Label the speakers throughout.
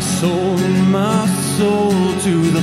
Speaker 1: sold my soul to the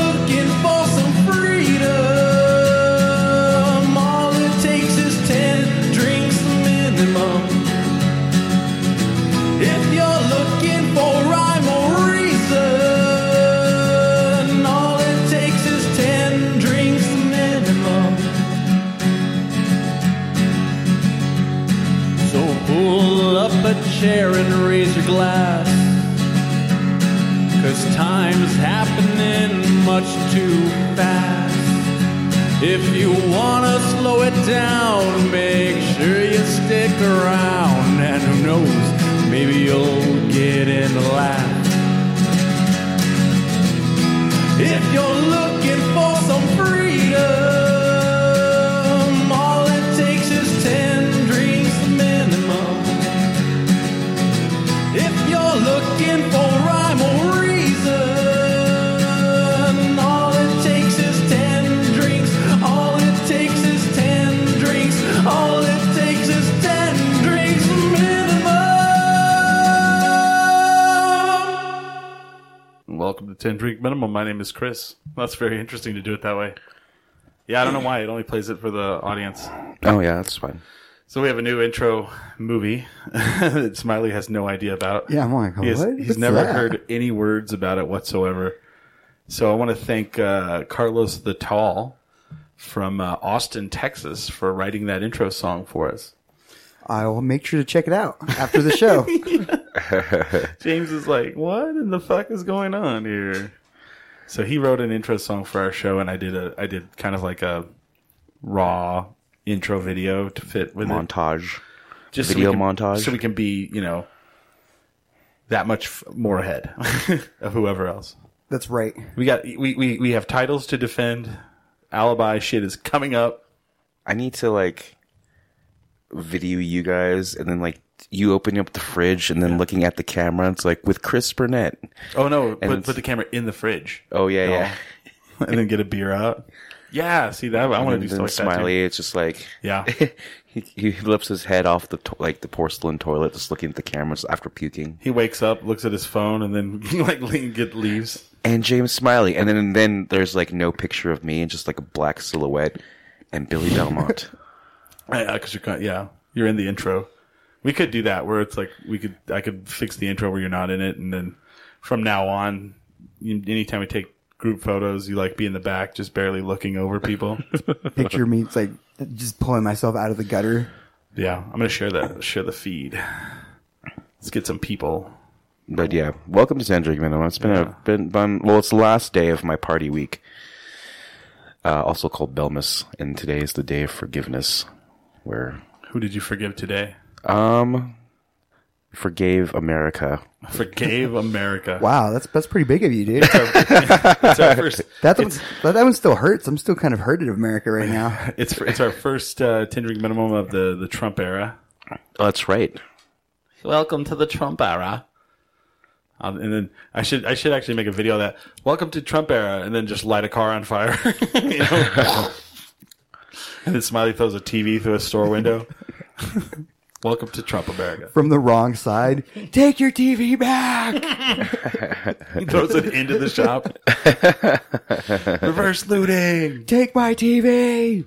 Speaker 1: looking for some freedom, all it takes is 10 drinks minimum. If you're looking for rhyme or reason, all it takes is 10 drinks minimum. So pull up a chair and raise your glass. Cause time's happening much too fast. If you wanna slow it down, make sure you stick around. And who knows, maybe you'll get in the laugh. If you're looking for some freedom, all it takes is ten drinks minimum. If you're looking for rhyme or reason, all it takes is ten drinks. All it takes is ten drinks. All it takes is ten drinks minimum.
Speaker 2: Welcome to 10 Drink Minimum. My name is Chris. That's very interesting to do it that way. Yeah, I don't know why. It only plays it for the audience.
Speaker 3: Oh yeah, that's fine.
Speaker 2: So we have a new intro movie that Smiley has no idea about.
Speaker 3: Yeah, I'm like,
Speaker 2: He has-
Speaker 3: what?
Speaker 2: He's
Speaker 3: What's
Speaker 2: never
Speaker 3: that?
Speaker 2: heard any words about it whatsoever. So I want to thank uh, Carlos the Tall from uh, Austin, Texas for writing that intro song for us.
Speaker 3: I will make sure to check it out after the show.
Speaker 2: James is like, "What in the fuck is going on here?" So he wrote an intro song for our show, and I did a, I did kind of like a raw intro video to fit with it,
Speaker 3: Montage.
Speaker 2: just
Speaker 3: video
Speaker 2: we can-
Speaker 3: montage.
Speaker 2: so we can be, you know, that much f- more ahead of whoever else.
Speaker 3: That's right.
Speaker 2: We got we, we we have titles to defend. Alibi shit is coming up.
Speaker 4: I need to like video you guys and then like you opening up the fridge and then looking at the camera. It's like with Chris Burnett.
Speaker 2: Oh no! Put,
Speaker 4: it's-
Speaker 2: put the camera in the fridge
Speaker 4: Oh yeah,
Speaker 2: No.
Speaker 4: yeah.
Speaker 2: and then get a beer out. Yeah, see that I want
Speaker 4: And
Speaker 2: to do
Speaker 4: then
Speaker 2: stuff like
Speaker 4: Smiley, it's just like
Speaker 2: that. Too. Yeah,
Speaker 4: he, he lifts his head off the to- like the porcelain toilet, just looking at the cameras after puking.
Speaker 2: he wakes up, looks at his phone, and then like le- get leaves.
Speaker 4: And James Smiley, and then and then there's like no picture of me, and just like a black silhouette, and Billy Belmont.
Speaker 2: Yeah, because Uh, you're kind- yeah, you're in the intro. We could do that where it's like we could I could fix the intro where you're not in it, and then from now on, you, anytime we take group photos, you like be in the back, just barely looking over people.
Speaker 3: Picture me it's like just pulling myself out of the gutter.
Speaker 2: yeah, I'm gonna share that share the feed. Let's get some people.
Speaker 4: But yeah, welcome to Sandrig Minimum. It's been a been fun. Well, it's the last day of my party week, uh, also called Belmas, and today is the day of forgiveness, where
Speaker 2: Who did you forgive today?
Speaker 4: um forgave America.
Speaker 2: Forgave America.
Speaker 3: Wow, that's that's pretty big of you, dude.
Speaker 2: It's our first.
Speaker 3: That one, that that one still hurts. I'm still kind of hurted of America right now.
Speaker 2: It's it's our first uh, tendering minimum of the the Trump era.
Speaker 4: Oh, that's right.
Speaker 2: Welcome to the Trump era. Um, and then I should I should actually make a video of that. Welcome to Trump era, and then just light a car on fire. You know? and then Smiley throws a TV through a store window. Welcome to Trump America.
Speaker 3: From the wrong side, take your TV back.
Speaker 2: He throws it into the shop. Reverse looting.
Speaker 3: Take my TV.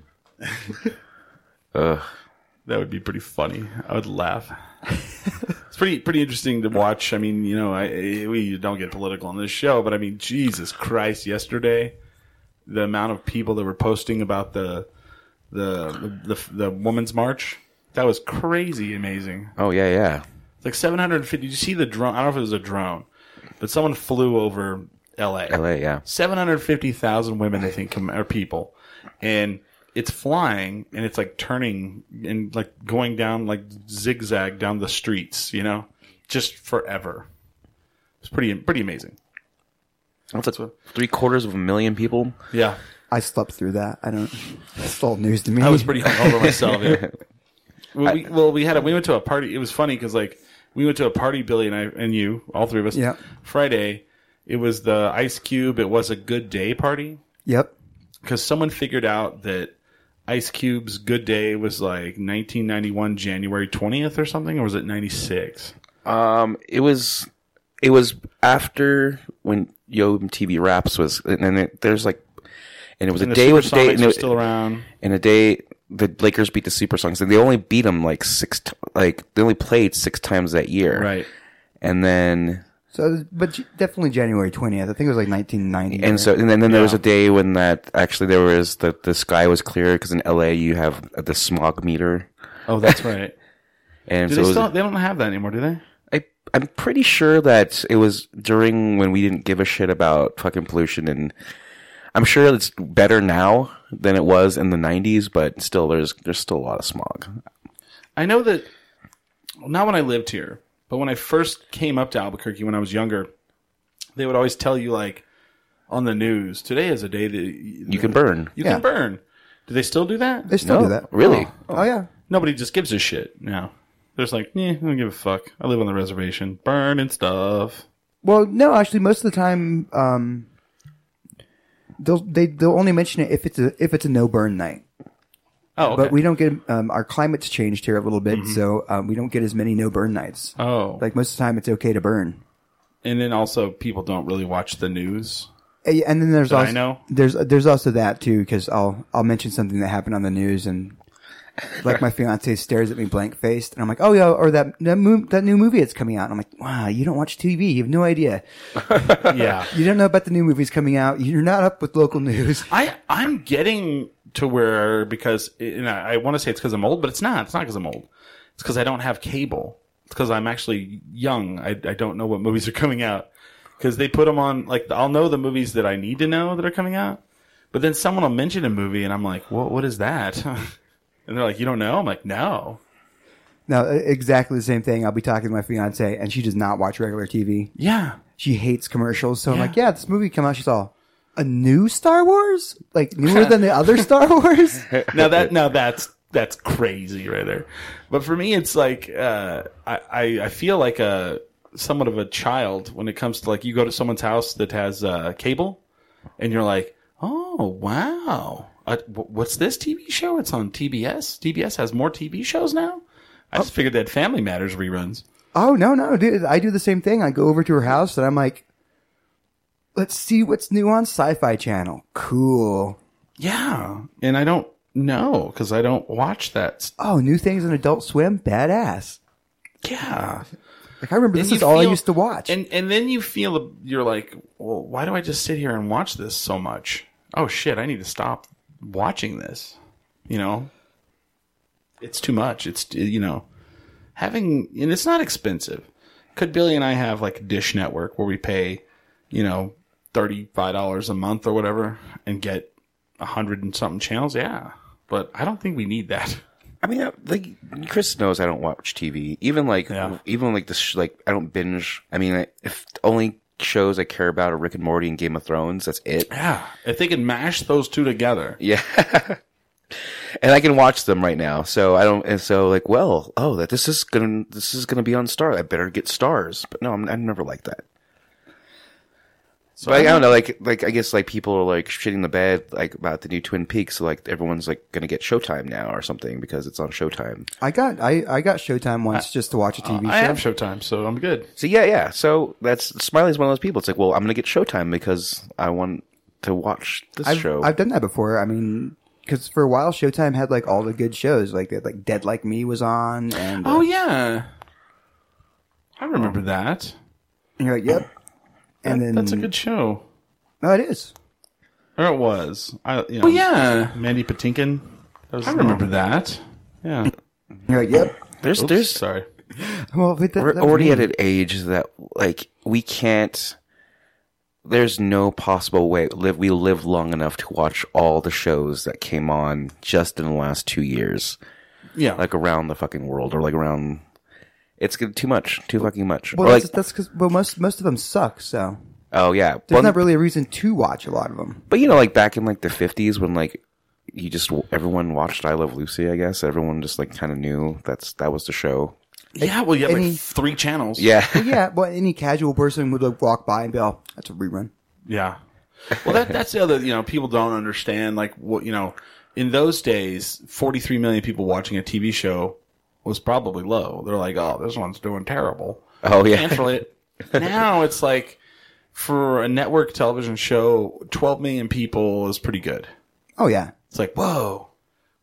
Speaker 2: That would be pretty funny. I would laugh. It's pretty pretty interesting to watch. I mean, you know, I, I- we don't get political on this show, but I mean, Jesus Christ! Yesterday, the amount of people that were posting about the the the, the, woman's march that was crazy, amazing.
Speaker 4: Oh yeah, yeah.
Speaker 2: It's like seven hundred and fifty. You see the drone? I don't know if it was a drone, but someone flew over L.A.
Speaker 4: L.A. Yeah,
Speaker 2: 750,000 women, I think, com- or people. And it's flying and it's like turning and like going down like zigzag down the streets, you know, just forever. It's pretty, pretty amazing.
Speaker 4: that's like three quarters of a million people.
Speaker 2: Yeah.
Speaker 3: I slept through that. I don't. It's all news to me.
Speaker 2: I was pretty hungover myself. Yeah. Well, we, well, we had a, we went to a party. It was funny because like we went to a party, Billy and I and you, all three of us.
Speaker 3: Yeah.
Speaker 2: Friday, it was the Ice Cube. It was a good day party
Speaker 3: Yep.
Speaker 2: because someone figured out that Ice Cube's good day was like 1991 January 20th or something, or was it 96?
Speaker 4: Um, it was it was after when Yo MTV Raps was, and then it, there's like, and it was
Speaker 2: And
Speaker 4: a
Speaker 2: the
Speaker 4: day with day,
Speaker 2: Supersonics
Speaker 4: and,
Speaker 2: were
Speaker 4: it,
Speaker 2: still around.
Speaker 4: and a day the Lakers beat the Supersonics, and they only beat them like six, t- like they only played six times that year,
Speaker 2: Right.
Speaker 4: And then
Speaker 3: So, it was- but j- definitely January 20th. I think it was like 1990.
Speaker 4: and so and then, then there was a day when that actually there was the the sky was clear because in LA you have the smog meter,
Speaker 2: Oh, that's right.
Speaker 4: and
Speaker 2: Do
Speaker 4: so it
Speaker 2: they
Speaker 4: was-
Speaker 2: still? They don't have that anymore, do they?
Speaker 4: I I'm pretty sure that it was during when we didn't give a shit about fucking pollution and I'm sure it's better now than it was in the 90s, but still there's there's still a lot of smog.
Speaker 2: I know that not when I lived here, but when I first came up to Albuquerque when I was younger, they would always tell you like on the news, today is a day that
Speaker 4: You can burn.
Speaker 2: You
Speaker 3: Yeah.
Speaker 2: can burn. Do they still do that?
Speaker 3: they still do that.
Speaker 4: Really?
Speaker 3: Oh yeah.
Speaker 2: Nobody just gives a shit now. They're just like, eh, I don't give a fuck. I live on the reservation, burn and stuff.
Speaker 3: Well, no, actually, most of the time, um, they'll they they'll only mention it if it's a if it's a no burn night.
Speaker 2: Oh, okay.
Speaker 3: But we don't get um, our climate's changed here a little bit, so um, we don't get as many no burn nights.
Speaker 2: oh,
Speaker 3: Like most of the time, it's okay to burn.
Speaker 2: and then also people don't really watch the news.
Speaker 3: Eh, And then there's
Speaker 2: I
Speaker 3: also
Speaker 2: know.
Speaker 3: there's there's also that too because I'll I'll mention something that happened on the news and like my fiance stares at me blank faced and I'm like oh yeah or that that, mo- that new movie that's coming out and I'm like wow you don't watch TV you have no idea
Speaker 2: Yeah,
Speaker 3: you don't know about the new movies coming out you're not up with local news
Speaker 2: I I'm getting to where because and I, I want to say it's because I'm old, but it's not. It's not because I'm old. It's because I don't have cable. It's because I'm actually young. I I don't know what movies are coming out because they put them on like I'll know the movies that I need to know that are coming out, but then someone will mention a movie and I'm like, what what is that? and they're like, you don't know? I'm like, no.
Speaker 3: No, e-, exactly the same thing. I'll be talking to my fiance, and she does not watch regular TV.
Speaker 2: Yeah.
Speaker 3: She hates commercials. So I'm
Speaker 2: Yeah.
Speaker 3: like, yeah, this movie come out. She's all, a new Star Wars, like newer than the other Star Wars.
Speaker 2: now that now that's that's crazy right there. But for me, it's like uh, I, I I feel like a somewhat of a child when it comes to like you go to someone's house that has uh, cable, and you're like, oh wow, uh, wh- what's this TV show? It's on TBS. TBS has more TV shows now. I just figured that Family Matters reruns.
Speaker 3: Oh no, no, dude, I do the same thing. I go over to her house, and I'm like, let's see what's new on Sci-Fi Channel. Cool.
Speaker 2: Yeah, and I don't know because I don't watch that.
Speaker 3: Oh, new things on Adult Swim, badass.
Speaker 2: Yeah,
Speaker 3: Like I remember,
Speaker 2: And
Speaker 3: this
Speaker 2: you
Speaker 3: is all I
Speaker 2: feel-
Speaker 3: used to watch.
Speaker 2: And and then you feel you're like, well, why do I just sit here and watch this so much? Oh shit, I need to stop watching this. You know, it's too much. It's you know, having and it's not expensive. Could Billy and I have like Dish Network where we pay, you know, thirty five dollars a month or whatever and get a hundred and something channels? Yeah, but I don't think we need that.
Speaker 4: I mean, I- like Chris knows I don't watch TV. Even like
Speaker 2: Yeah.
Speaker 4: even like this sh- like I don't binge. I mean, I, if the only shows I care about are Rick and Morty and Game of Thrones, that's it.
Speaker 2: Yeah, if they could mash those two together,
Speaker 4: Yeah. and I can watch them right now. So I don't and so like, well, oh, that this is going to this is going to be on Star. I better get stars. But no, I'm I'm never like that. So I, don't know, like like I guess like people are like shitting the bed like about the new Twin Peaks, so like everyone's like going to get Showtime now or something because it's on Showtime.
Speaker 3: I got, I, I got Showtime once just to watch a TV show.
Speaker 2: I have Showtime, so I'm good.
Speaker 4: So yeah, yeah. So that's Smiley's one of those people. It's like, well, I'm going to get Showtime because I want to watch this
Speaker 3: I've,
Speaker 4: show.
Speaker 3: I've done that before. I mean, because for a while, Showtime had like all the good shows, like like Dead Like Me was on, and, uh,
Speaker 2: Oh yeah, I remember that.
Speaker 3: and you're like, yep. And then
Speaker 2: That's a good show.
Speaker 3: No, it is.
Speaker 2: Or it was. I, you know, oh yeah, Mandy Patinkin. I remember that. Yeah.
Speaker 3: And You're like, yep.
Speaker 4: there's
Speaker 2: Oops,
Speaker 4: there's
Speaker 2: sorry.
Speaker 3: Well, but that,
Speaker 4: we're
Speaker 3: that
Speaker 4: already
Speaker 3: was
Speaker 4: at
Speaker 3: me.
Speaker 4: an age that like we can't there's no possible way live we live long enough to watch all the shows that came on just in the last two years
Speaker 2: Yeah.
Speaker 4: like around the fucking world or like around it's gonna- too much too fucking much
Speaker 3: Well,
Speaker 4: or like
Speaker 3: that's that's because well, most most of them suck. So
Speaker 4: oh yeah
Speaker 3: there's
Speaker 4: One-
Speaker 3: not really a reason to watch a lot of them.
Speaker 4: but you know like back in like the 50s when like he just everyone watched I Love Lucy. I guess everyone just like kind of knew that's that was the show.
Speaker 2: Yeah, well, you have
Speaker 3: any-
Speaker 2: like three channels.
Speaker 4: Yeah,
Speaker 3: yeah, but any casual person would like walk by and be, "Oh, that's a rerun."
Speaker 2: Yeah. Well, that, that's the other, you know, people don't understand, like, what, you know, in those days, 43 million people watching a TV show was probably low. They're like, oh, this one's doing terrible.
Speaker 4: Oh, yeah.
Speaker 2: Cancel it. now it's like, for a network television show, 12 million people is pretty good.
Speaker 3: Oh yeah,
Speaker 2: It's like, whoa,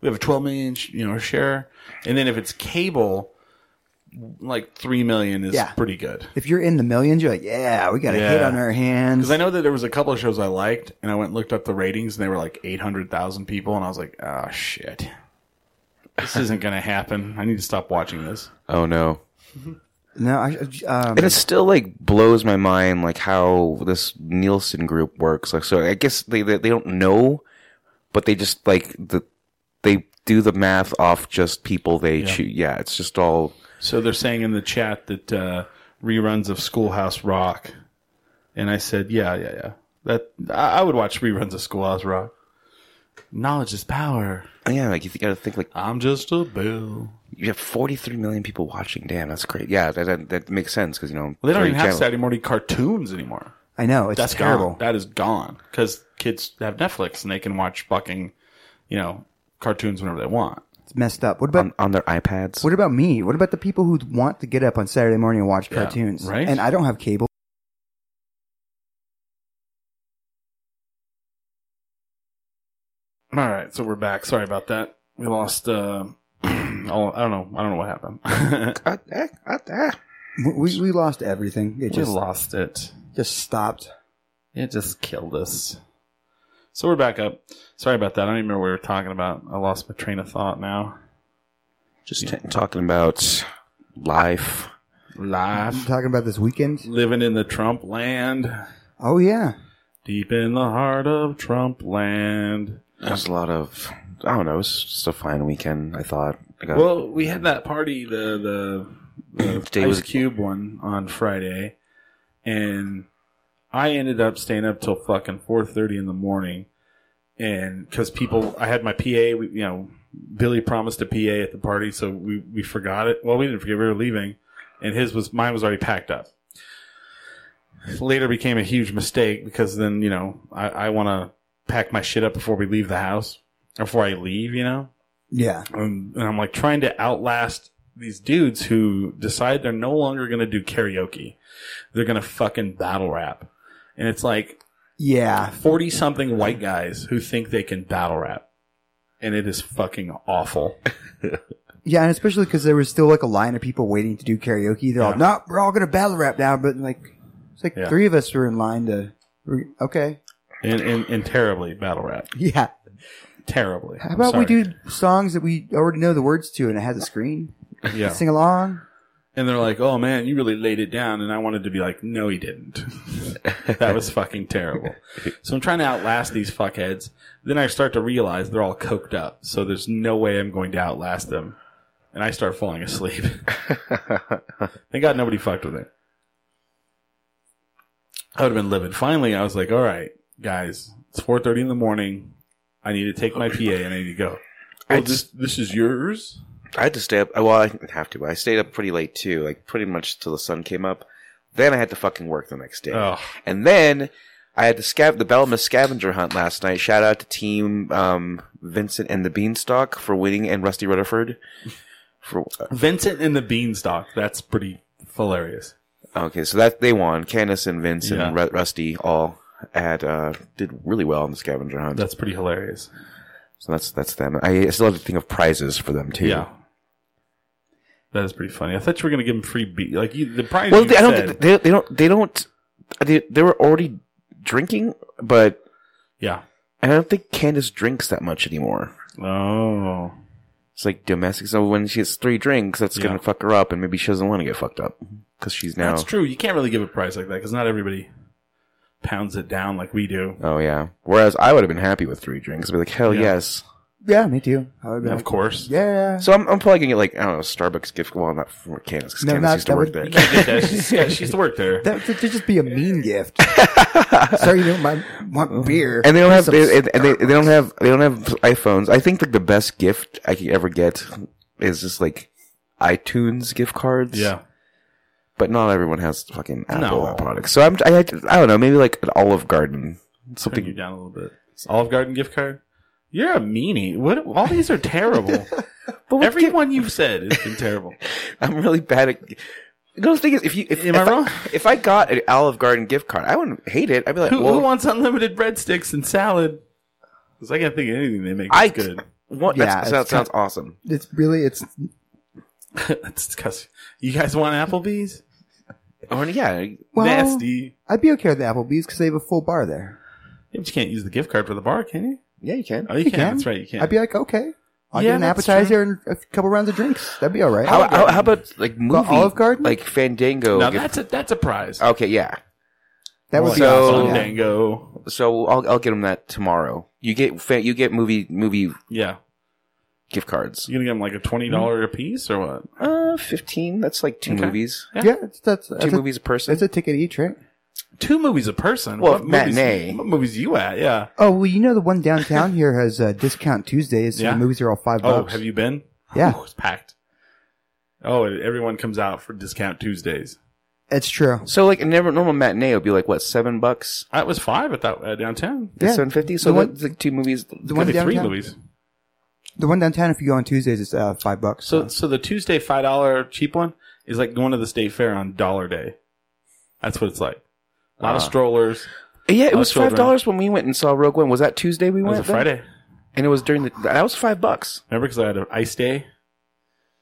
Speaker 2: we have a 12 million, sh- you know, share. And then if it's cable, like 3 million is
Speaker 3: Yeah.
Speaker 2: pretty good.
Speaker 3: if you're in the millions, you're like, "Yeah, we got a hit
Speaker 2: Yeah.
Speaker 3: on our hands."
Speaker 2: Because I know that there was a couple of shows I liked, and I went and looked up the ratings, and they were like eight hundred thousand people, and I was like, "Ah, shit, this isn't gonna happen. I need to stop watching this."
Speaker 4: oh no.
Speaker 3: no, I, um,
Speaker 4: And it still like blows my mind, like how this Nielsen group works. Like, so I guess they they, they don't know, but they just like the they do the math off just people they choose. Yeah, it's just all
Speaker 2: So they're saying in the chat that uh, reruns of Schoolhouse Rock, and I said, "Yeah, yeah, yeah. That I, I would watch reruns of Schoolhouse Rock. Knowledge is power.
Speaker 4: yeah. Like you got to think like
Speaker 2: I'm just a bill."
Speaker 4: you have forty three million people watching. Damn, that's great. Yeah, that that, that makes sense because you know
Speaker 2: Well, they don't
Speaker 4: three
Speaker 2: even have
Speaker 4: channels.
Speaker 2: Saturday morning cartoons anymore.
Speaker 3: I know it's
Speaker 2: That's
Speaker 3: terrible.
Speaker 2: gone. That is gone because kids have Netflix and they can watch fucking, you know, cartoons whenever they want.
Speaker 3: It's messed up. What about
Speaker 2: Um,
Speaker 4: on, on their iPads.
Speaker 3: what about me? What about the people who want to get up on Saturday morning and watch cartoons?
Speaker 2: right?
Speaker 3: And I don't have cable.
Speaker 2: All right, so we're back. Sorry about that. We lost. Uh, all, I don't know. I don't know what happened.
Speaker 4: Ah, ah, ah, ah.
Speaker 3: We- We, we lost everything. It
Speaker 2: we
Speaker 3: just
Speaker 2: lost it.
Speaker 3: just stopped.
Speaker 2: It just killed us. So we're back up. Sorry about that. I don't even remember what we were talking about. I lost my train of thought now.
Speaker 4: Just t- talking about life.
Speaker 3: I'm
Speaker 2: Life,
Speaker 3: talking about this weekend.
Speaker 2: living in the Trump land,
Speaker 3: Oh yeah,
Speaker 2: deep in the heart of Trump land.
Speaker 4: There's a lot of I don't know. It was just a fine weekend. I thought. I got,
Speaker 2: Well, we had that party, the the, the
Speaker 4: Today
Speaker 2: Ice
Speaker 4: was-
Speaker 2: Cube one on Friday, and I ended up staying up till fucking four thirty in the morning, and because people, I had my PA, we, you know, Billy promised a PA at the party, so we we forgot it. Well, we didn't forget we were leaving, and his was mine was already packed up. Later became a huge mistake because then you know I, I want to pack my shit up before we leave the house, before I leave, you know
Speaker 3: yeah.
Speaker 2: um, and I'm like trying to outlast these dudes who decide they're no longer going to do karaoke. They're going to fucking battle rap. And it's like
Speaker 3: Yeah.
Speaker 2: 40 something white guys who think they can battle rap. And it is fucking awful.
Speaker 3: Yeah, and especially because there was still like a line of people waiting to do karaoke. They're all,
Speaker 2: Yeah.
Speaker 3: no, we're all going to battle rap now. But like, it's like
Speaker 2: Yeah.
Speaker 3: three of us were in line to, we're- okay.
Speaker 2: And, and, and terribly battle rap.
Speaker 3: Yeah.
Speaker 2: Terribly.
Speaker 3: How about we do songs that we already know the words to and it has a screen?
Speaker 2: Yeah.
Speaker 3: Sing along?
Speaker 2: And they're like, oh man, you really laid it down. And I wanted to be like, no, he didn't. that was fucking terrible. So I'm trying to outlast these fuckheads. Then I start to realize they're all coked up. So there's no way I'm going to outlast them. And I start falling asleep. Thank God nobody fucked with it. I would have been livid. Finally, I was like, all right, guys, it's 4.30 in the morning. I need to take my PA and I need to go.
Speaker 4: I
Speaker 2: Oh, this, this is yours?
Speaker 4: I had to stay up. Well, I didn't have to, but I stayed up pretty late too, like pretty much till the sun came up. Then I had to fucking work the next day,
Speaker 2: Ugh.
Speaker 4: and then I had the scav the Bellma scavenger hunt last night. Shout out to Team um, Vincent and the Beanstalk for winning, and Rusty Rutherford for
Speaker 2: Vincent and the Beanstalk. That's pretty hilarious.
Speaker 4: okay. So that they won. Candace and Vince
Speaker 2: Yeah.
Speaker 4: and Ru- Rusty all had uh, did really well on the scavenger hunt.
Speaker 2: That's pretty hilarious.
Speaker 4: so that's that's them. I still have to think of prizes for them too.
Speaker 2: Yeah. That is pretty funny. I thought you were going to give him free beer. Like you, the prize.
Speaker 4: Well,
Speaker 2: you
Speaker 4: they, I don't.
Speaker 2: said-
Speaker 4: think- They, they don't. They don't. They, they were already drinking, but
Speaker 2: yeah.
Speaker 4: I don't think Candace drinks that much anymore.
Speaker 2: Oh.
Speaker 4: It's like domestic. So when she has three drinks, that's
Speaker 2: Yeah. Mm-hmm.
Speaker 4: gonna fuck her up, and maybe she doesn't want to get fucked up because she's now.
Speaker 2: That's true. You can't really give a prize like that because not everybody pounds it down like we do.
Speaker 4: Oh yeah. Whereas I would have been happy with three drinks. I'd be like, hell
Speaker 2: Yeah.
Speaker 4: yes.
Speaker 3: Yeah, me too. I would be
Speaker 2: Of
Speaker 3: like,
Speaker 2: course.
Speaker 3: Yeah.
Speaker 4: So I'm, I'm probably gonna get like I don't know Starbucks gift. Well, not for Candace because
Speaker 3: No,
Speaker 4: Candace
Speaker 3: not-
Speaker 4: used to
Speaker 3: that
Speaker 4: work
Speaker 3: would-
Speaker 4: there.
Speaker 2: Get that. She's, yeah, she used to work there.
Speaker 3: That would just be a mean gift. Sorry, you don't mind, want beer.
Speaker 4: And they don't have
Speaker 3: Here's some
Speaker 4: they, and they, they don't have they don't have iPhones. I think like the best gift I could ever get is just like iTunes gift cards.
Speaker 2: Yeah.
Speaker 4: but not everyone has fucking Apple
Speaker 2: No.
Speaker 4: products. So I'm I, I don't know maybe like an Olive Garden
Speaker 2: Bring you
Speaker 4: something.
Speaker 2: down a little bit. Olive Garden gift card. You're a meanie. What? All these are terrible. Everyone you've said has been terrible.
Speaker 4: I'm really bad at. No, the thing is, if you if,
Speaker 2: Am
Speaker 4: if
Speaker 2: I wrong?
Speaker 4: if I got an Olive Garden gift card, I wouldn't hate it. I'd be like,
Speaker 2: Who,
Speaker 4: well,
Speaker 2: who wants unlimited breadsticks and salad? Because I can't think of anything they make that's
Speaker 4: I-
Speaker 2: good.
Speaker 4: what-
Speaker 3: Yeah,
Speaker 4: that's-
Speaker 3: it's
Speaker 4: that
Speaker 3: kind-
Speaker 4: sounds awesome.
Speaker 3: It's really it's
Speaker 2: that's disgusting. You guys want Applebee's?
Speaker 4: Or yeah,
Speaker 3: well.
Speaker 2: Nasty.
Speaker 3: I'd be okay with the Applebee's because they have a full bar there.
Speaker 2: Yeah, but you can't use the gift card for the bar, can you?
Speaker 4: yeah, you can.
Speaker 2: Oh, you,
Speaker 3: You
Speaker 2: can.
Speaker 3: can.
Speaker 2: That's right. You can.
Speaker 3: I'd be like, okay, I'll
Speaker 2: Yeah,
Speaker 3: get an
Speaker 2: that's
Speaker 3: appetizer and a couple rounds of drinks. That'd be all right.
Speaker 4: How, how, how about like movie
Speaker 3: Olive Garden?
Speaker 4: like Fandango?
Speaker 2: now
Speaker 4: gift-
Speaker 2: that's a that's a prize.
Speaker 4: okay, yeah.
Speaker 3: that would be
Speaker 4: So-
Speaker 3: awesome. yeah.
Speaker 2: Fandango.
Speaker 4: So I'll I'll get them that tomorrow. You get fa- you get movie movie
Speaker 2: Yeah.
Speaker 4: gift cards.
Speaker 2: You gonna give them like a twenty dollar
Speaker 3: Mm-hmm.
Speaker 2: a piece or what?
Speaker 4: Uh, fifteen. That's like two movies.
Speaker 2: Yeah.
Speaker 3: Yeah, it's, that's,
Speaker 4: Two
Speaker 3: that's a,
Speaker 4: movies a person.
Speaker 3: that's a ticket each, right?
Speaker 2: Two movies a person.
Speaker 4: Well, matinee.
Speaker 2: movies, what movies you at? Yeah.
Speaker 3: Oh well, you know the one downtown here has uh, discount Tuesdays.
Speaker 2: Yeah.
Speaker 3: and the movies are all five
Speaker 2: Oh,
Speaker 3: bucks.
Speaker 2: have you been?
Speaker 3: Yeah.
Speaker 2: Oh, it's packed. Oh, and everyone comes out for discount Tuesdays.
Speaker 3: It's true.
Speaker 4: So like a never normal matinee would be like what seven bucks,
Speaker 2: That was five at that uh, downtown.
Speaker 3: Yeah.
Speaker 4: seven fifty. So
Speaker 3: The one-
Speaker 4: that's like two movies.
Speaker 3: The
Speaker 2: Could
Speaker 3: one
Speaker 2: be three
Speaker 3: downtown.
Speaker 2: movies.
Speaker 3: The one downtown. If you go on Tuesdays, it's uh, five bucks.
Speaker 2: So, so the Tuesday five dollar cheap one is like going to the state fair on dollar day. That's what it's like. A lot of
Speaker 4: Ah.
Speaker 2: strollers.
Speaker 4: Yeah, it
Speaker 2: Us
Speaker 4: was five
Speaker 2: children.
Speaker 4: dollars when we went and saw Rogue One. Was that Tuesday we
Speaker 2: It
Speaker 4: went?
Speaker 2: was a
Speaker 4: then?
Speaker 2: Friday.
Speaker 4: and it was during the that was five bucks.
Speaker 2: Remember, because I had an ice day.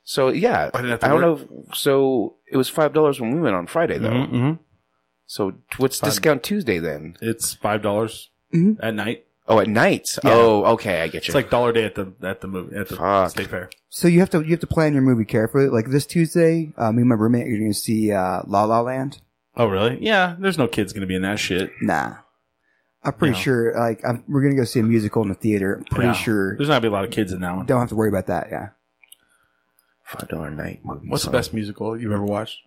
Speaker 4: So yeah,
Speaker 2: I
Speaker 4: I,
Speaker 2: didn't have to
Speaker 4: don't
Speaker 2: work.
Speaker 4: know. if- So it was five dollars when we went on Friday though.
Speaker 2: Mm-hmm.
Speaker 4: So t- what's discount Tuesday then?
Speaker 2: It's five dollars
Speaker 3: Mhm.
Speaker 2: at night.
Speaker 4: Oh, at night. Oh, okay, I get you.
Speaker 2: It's like dollar day at the at the movie at the
Speaker 4: Fuck.
Speaker 2: state fair.
Speaker 3: So you have to you have to plan your movie carefully. Like this Tuesday, uh, me and my roommate are going to see uh, La La Land.
Speaker 2: Oh, really? Yeah. There's no kids gonna be in that shit.
Speaker 3: Nah, I'm pretty
Speaker 2: No.
Speaker 3: sure. Like I'm, we're going to go see a musical in the theater. I'm pretty
Speaker 2: Yeah.
Speaker 3: sure.
Speaker 2: There's not gonna be a lot of kids in that one.
Speaker 3: Don't have to worry about that. Yeah.
Speaker 4: five dollar night movie.
Speaker 2: What's the best musical you've ever watched?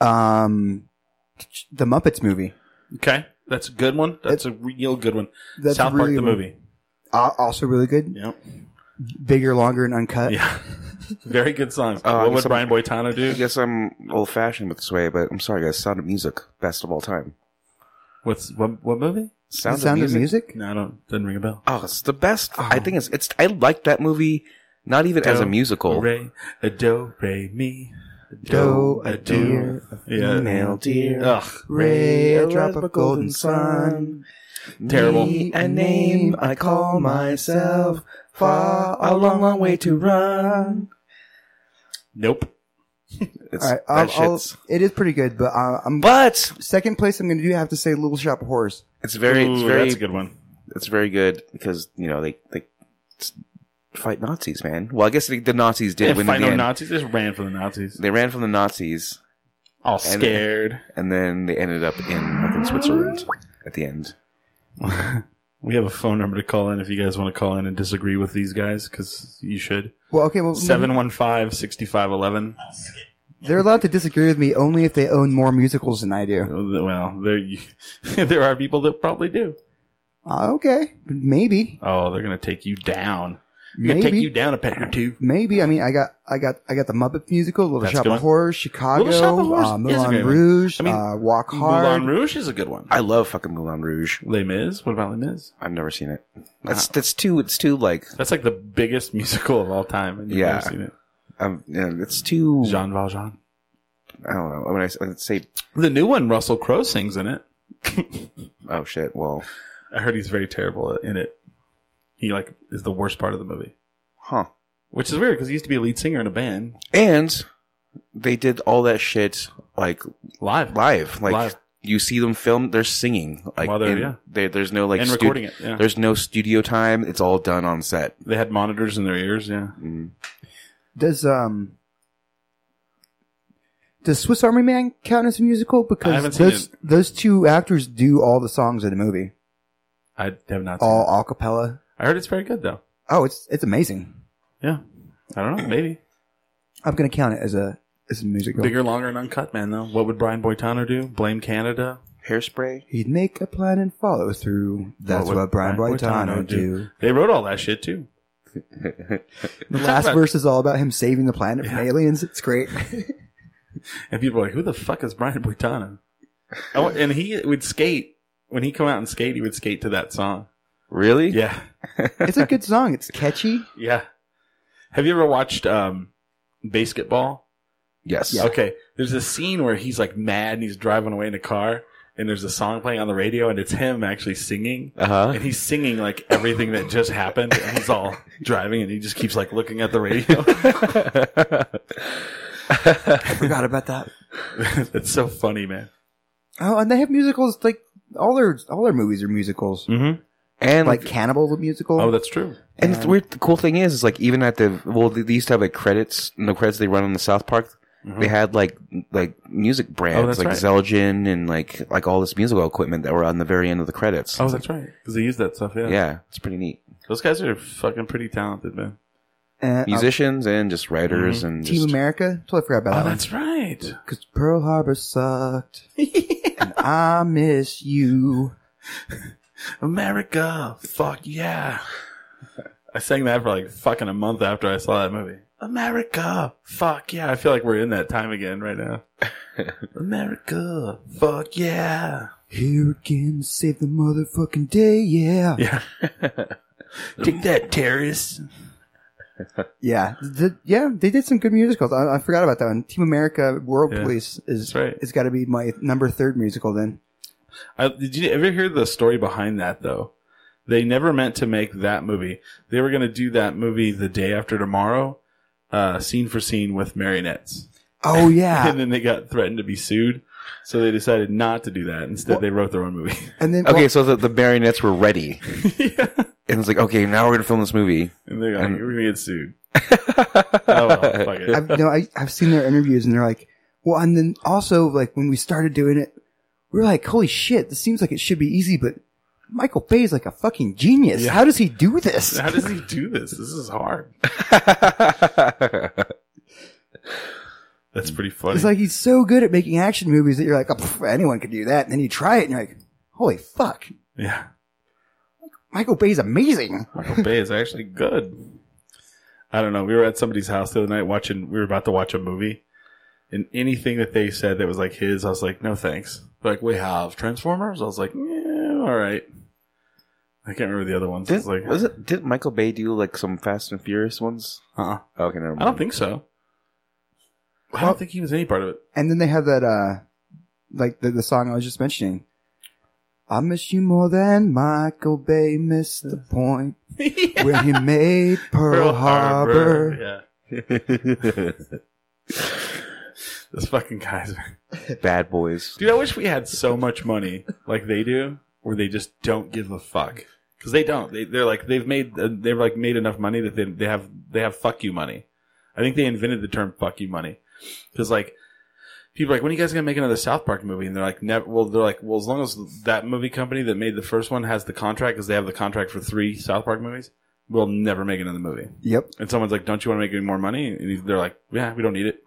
Speaker 3: Um, the Muppets movie.
Speaker 2: Okay, that's a good one. That's a real good one.
Speaker 3: That's
Speaker 2: South
Speaker 3: really
Speaker 2: Park the
Speaker 3: one.
Speaker 2: movie.
Speaker 3: Uh, also really good.
Speaker 2: Yep.
Speaker 3: Bigger, longer, and uncut.
Speaker 2: Yeah. Very good songs.
Speaker 4: Uh,
Speaker 2: what would
Speaker 4: some-
Speaker 2: Brian Boitano
Speaker 4: I
Speaker 2: do?
Speaker 4: guess I'm old fashioned with this way, but I'm sorry, guys. Sound of Music, best of all time.
Speaker 2: What's what, what movie?
Speaker 3: The
Speaker 4: Sound,
Speaker 3: Sound of Music.
Speaker 2: No, I don't. Doesn't ring a bell.
Speaker 4: Oh, it's the best. I think it's it's. I like that movie, not even as a
Speaker 2: Do,
Speaker 4: musical.
Speaker 2: Re, a do, re, mi. a
Speaker 3: Do, a deer, a
Speaker 2: Yeah.
Speaker 3: female deer.
Speaker 2: Ugh.
Speaker 3: Ray, a drop of golden sun.
Speaker 2: Terrible.
Speaker 3: Me, a name I call myself. Far, a long, long way to run.
Speaker 2: Nope.
Speaker 4: It's,
Speaker 3: All right,
Speaker 4: that
Speaker 3: I'll, I'll,
Speaker 4: shit's-
Speaker 3: it is pretty good, but uh, I'm
Speaker 4: but
Speaker 3: second place. I'm going to do have to say Little Shop of Horrors.
Speaker 4: it's very, it's
Speaker 2: Ooh,
Speaker 4: very,
Speaker 2: that's a good one.
Speaker 4: it's very good because you know they they s- fight Nazis, man. Well, I guess the, the Nazis did
Speaker 2: They
Speaker 4: win in
Speaker 2: fight
Speaker 4: the
Speaker 2: no
Speaker 4: end.
Speaker 2: Nazis. They just ran from the Nazis.
Speaker 4: They ran from the Nazis,
Speaker 2: All
Speaker 4: And-
Speaker 2: scared.
Speaker 4: and then they ended up in like, in Switzerland at the end.
Speaker 2: We have a phone number to call in if you guys want to call in and disagree with these guys because you should.
Speaker 3: Well, okay, well,
Speaker 2: 715-6511.
Speaker 3: they're allowed to disagree with me only if they own more musicals than I do.
Speaker 2: Well, there you, there are people that probably do.
Speaker 3: Uh, okay, maybe,
Speaker 2: Oh, they're gonna take you down. They're gonna take you
Speaker 3: maybe,
Speaker 2: down a peg or two.
Speaker 3: maybe. I mean, I got, I got, I got the Muppet musical, Little
Speaker 2: That's
Speaker 3: Shop
Speaker 2: good
Speaker 3: of
Speaker 2: one.
Speaker 3: Horrors, Chicago,
Speaker 2: Shop of Horrors
Speaker 3: uh,
Speaker 2: is a
Speaker 3: Moulin
Speaker 2: great one.
Speaker 3: Rouge,
Speaker 2: I mean,
Speaker 3: uh, Walk Hard.
Speaker 2: Moulin Rouge is a good one.
Speaker 4: I love fucking Moulin Rouge.
Speaker 2: Les Mis. What about Les Mis?
Speaker 4: I've never seen it.
Speaker 2: Ah.
Speaker 4: That's that's too. It's too like
Speaker 2: That's like the biggest musical of all time. And you've
Speaker 4: Yeah.
Speaker 2: never seen it.
Speaker 4: um, you know, it's too.
Speaker 2: Jean Valjean.
Speaker 4: I don't know. When I, s- I'd say,
Speaker 2: The new one, Russell Crowe sings in it.
Speaker 4: oh shit. Well,
Speaker 2: I heard he's very terrible in it. He like is the worst part of the movie,
Speaker 4: huh?
Speaker 2: which is weird because he used to be a lead singer in a band
Speaker 4: And they did all that shit like
Speaker 2: live,
Speaker 4: live. Like
Speaker 2: Live.
Speaker 4: you see them film, they're singing. Like
Speaker 2: While they're-
Speaker 4: in-
Speaker 2: yeah.
Speaker 4: there- there's no like
Speaker 2: and
Speaker 4: stu-
Speaker 2: recording it. Yeah.
Speaker 4: There's no studio time. It's all done on set. Mm.
Speaker 2: They had monitors in their ears. Yeah.
Speaker 3: Does um does Swiss Army Man count as a musical?
Speaker 2: haven't
Speaker 3: Because
Speaker 2: seen
Speaker 3: those
Speaker 2: it.
Speaker 3: those two actors do all the songs in the movie,
Speaker 2: I have not. Seen
Speaker 3: all
Speaker 2: it.
Speaker 3: a cappella.
Speaker 2: I heard it's very good though.
Speaker 3: Oh, it's it's amazing.
Speaker 2: Yeah. I don't know. Maybe
Speaker 3: I'm gonna count it as a as a musical.
Speaker 2: bigger, longer, and uncut, man. Though, what would Brian Boitano do? Blame Canada?
Speaker 4: Hairspray.
Speaker 3: He'd make a plan and follow through. That's
Speaker 2: would
Speaker 3: what, Brian Boitano do.
Speaker 2: They wrote all that shit too.
Speaker 3: The last
Speaker 2: about-
Speaker 3: verse is all about him saving the planet from aliens. It's great.
Speaker 2: And people were like, "Who the fuck is Brian Boitano?" Oh, and he would skate when he come out and skate. He would skate to that song.
Speaker 4: Really?
Speaker 2: Yeah,
Speaker 3: it's a good song. It's catchy.
Speaker 2: yeah. Have you ever watched um, Basketball?
Speaker 4: Yes.
Speaker 2: Okay, there's a scene where he's like mad and he's driving away in a car, and there's a song playing on the radio, and it's him actually singing.
Speaker 4: Uh huh.
Speaker 2: And he's singing like everything that just happened, and he's all driving, and he just keeps like looking at the radio.
Speaker 3: I forgot about that.
Speaker 2: That's so funny, man.
Speaker 3: Oh, and they have musicals. Like all their all their movies are musicals.
Speaker 2: Mm-hmm.
Speaker 4: and
Speaker 3: Like Cannibal the musical.
Speaker 2: Oh, that's true.
Speaker 4: And the weird, the cool thing is, is like even at the well, they they used to have like credits. And the credits they run on the South Park, they had like like music brands
Speaker 2: Mm-hmm. Oh, that's
Speaker 4: like
Speaker 2: right.
Speaker 4: Zelgin and like like all this musical equipment that were on the very end of the credits.
Speaker 2: Oh, that's right. Because they use that stuff. Yeah.
Speaker 4: yeah, it's pretty neat.
Speaker 2: Those guys are fucking pretty talented, man.
Speaker 3: and, uh,
Speaker 4: Musicians and just writers
Speaker 2: mm-hmm.
Speaker 4: and
Speaker 3: Team
Speaker 4: just,
Speaker 3: America. Totally forgot about that.
Speaker 2: Oh, right.
Speaker 3: Because Pearl Harbor sucked. and I miss you.
Speaker 2: America. Fuck yeah. I sang that for like fucking a month after I saw that movie. America. Fuck yeah. I feel like we're in that time again right now. America. Fuck yeah.
Speaker 3: Here again, save the motherfucking day, yeah.
Speaker 2: Yeah. Take that, terrorists.
Speaker 3: Yeah, Th- yeah, they did some good musicals. I, I forgot about that one. Team America, World
Speaker 2: Yeah,
Speaker 3: Police is
Speaker 2: that's right.
Speaker 3: It's got to be my number third musical then.
Speaker 2: I, did you ever hear the story behind that though? They never meant to make that movie. They were going to do that movie the day after tomorrow, uh, scene for scene with marionettes.
Speaker 3: Oh yeah,
Speaker 2: and then they got threatened to be sued, so they decided not to do that. Instead, they wrote their own movie.
Speaker 3: and then
Speaker 4: Okay,
Speaker 3: well,
Speaker 4: so the, the marionettes were ready, and it's like, okay, now we're gonna film this movie.
Speaker 2: and they're like, "We're gonna get sued." oh, well, fuck it.
Speaker 3: I've, no, I, I've seen their interviews and they're like, well, and then also like when we started doing it, we were like, holy shit, this seems like it should be easy, but Michael Bay is like a fucking genius. How does he do this?
Speaker 2: How does he do this? This is hard. That's pretty funny.
Speaker 3: It's like he's so good at making action movies that you're like, oh, pff, anyone could do that. And then you try it and you're like, holy fuck,
Speaker 2: yeah,
Speaker 3: Michael Bay's amazing.
Speaker 2: Michael Bay is actually good. I don't know. We were at somebody's house the other night watching. We were about to watch a movie, and anything that they said that was like his, I was like, "No thanks." They're like we have Transformers. I was like, "Yeah, all right." I can't remember the other ones.
Speaker 4: Did,
Speaker 2: It's like,
Speaker 4: was it? Did Michael Bay do like some Fast and Furious ones? Oh,
Speaker 2: huh?
Speaker 4: Okay, never mind.
Speaker 2: Uh-uh. I don't think so. I don't think he was any part of it.
Speaker 3: And then they have that, uh, like the, the song I was just mentioning. I miss you more than Michael Bay missed the point when he made Pearl, Harbor.
Speaker 2: Yeah. Those fucking guys. man.
Speaker 4: Bad Boys.
Speaker 2: Dude, I wish we had so much money like they do, where they just don't give a fuck. Because they don't. They, they're like they've made uh, they've like made enough money that they, they have they have fuck you money. I think they invented the term fuck you money because like people are like when are you guys gonna make another South Park movie and they're like never well they're like well as long as that movie company that made the first one has the contract because they have the contract for three South Park movies we'll never make another movie
Speaker 3: Yep.
Speaker 2: and someone's like don't you want to make any more money and he- they're like yeah we don't need it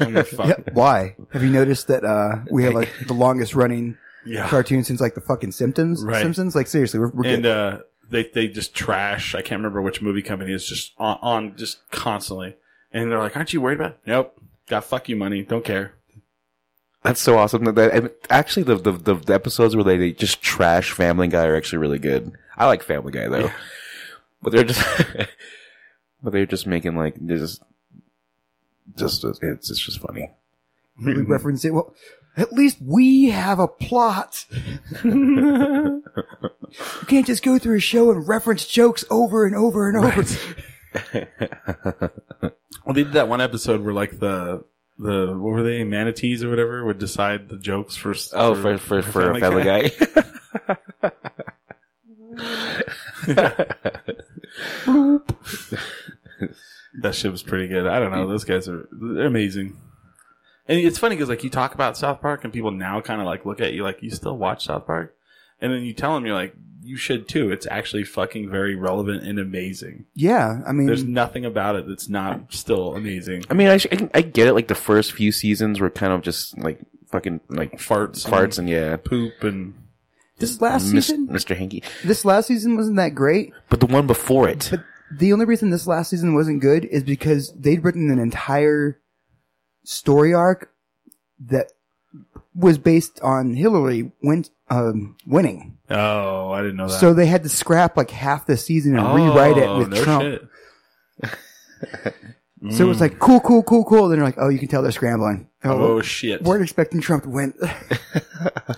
Speaker 2: I'm like, fuck.
Speaker 3: Yep. Why? Have you noticed that, uh, we have like the longest running
Speaker 2: yeah
Speaker 3: cartoon since like the fucking Simpsons?
Speaker 2: Right.
Speaker 3: Simpsons? Like seriously, we're, we're
Speaker 2: and
Speaker 3: good.
Speaker 2: uh, they they just trash. I can't remember which movie company is just on, on just constantly, and they're like, "Aren't you worried about?" It? Nope, got fuck you money. Don't care.
Speaker 4: That's so awesome. That, that and actually the, the the the episodes where they just trash Family Guy are actually really good. I like Family Guy though, but they're just but they're just making like they're just just it's it's just funny.
Speaker 3: we
Speaker 2: um,
Speaker 3: reference it. Well, at least we have a plot. you can't just go through a show and reference jokes over and over and over.
Speaker 2: Well, they did that one episode where like the the what were they manatees or whatever would decide the jokes for s-
Speaker 4: Oh, for for for,
Speaker 2: Family
Speaker 4: Family
Speaker 2: Guy.
Speaker 4: Guy.
Speaker 2: that shit was pretty good. I don't know. Those guys are they're amazing. And it's funny because like you talk about South Park and people now kind of like look at you like you still watch South Park, and then you tell them you're like you should too. It's actually fucking very relevant and amazing.
Speaker 3: Yeah, I mean,
Speaker 2: There's nothing about it that's not still amazing.
Speaker 4: I mean, I, sh- I, can- I get it. Like the first few seasons were kind of just like fucking like
Speaker 2: Farts,
Speaker 4: farts and yeah,
Speaker 2: poop and
Speaker 3: this last
Speaker 4: Mis-
Speaker 3: season,
Speaker 4: Mr. Hanky.
Speaker 3: this last season wasn't that great.
Speaker 4: But the one before it,
Speaker 3: But the only reason this last season wasn't good is because they'd written an entire story arc that was based on Hillary win- um, winning.
Speaker 2: oh, I didn't know that.
Speaker 3: So they had to scrap like half the season and
Speaker 2: Oh,
Speaker 3: rewrite it with
Speaker 2: no
Speaker 3: Trump.
Speaker 2: shit.
Speaker 3: So it was like cool, cool, cool, cool. Then they're like, oh, you can tell they're scrambling.
Speaker 2: Oh
Speaker 3: Oh,
Speaker 2: shit!
Speaker 3: weren't expecting Trump to win.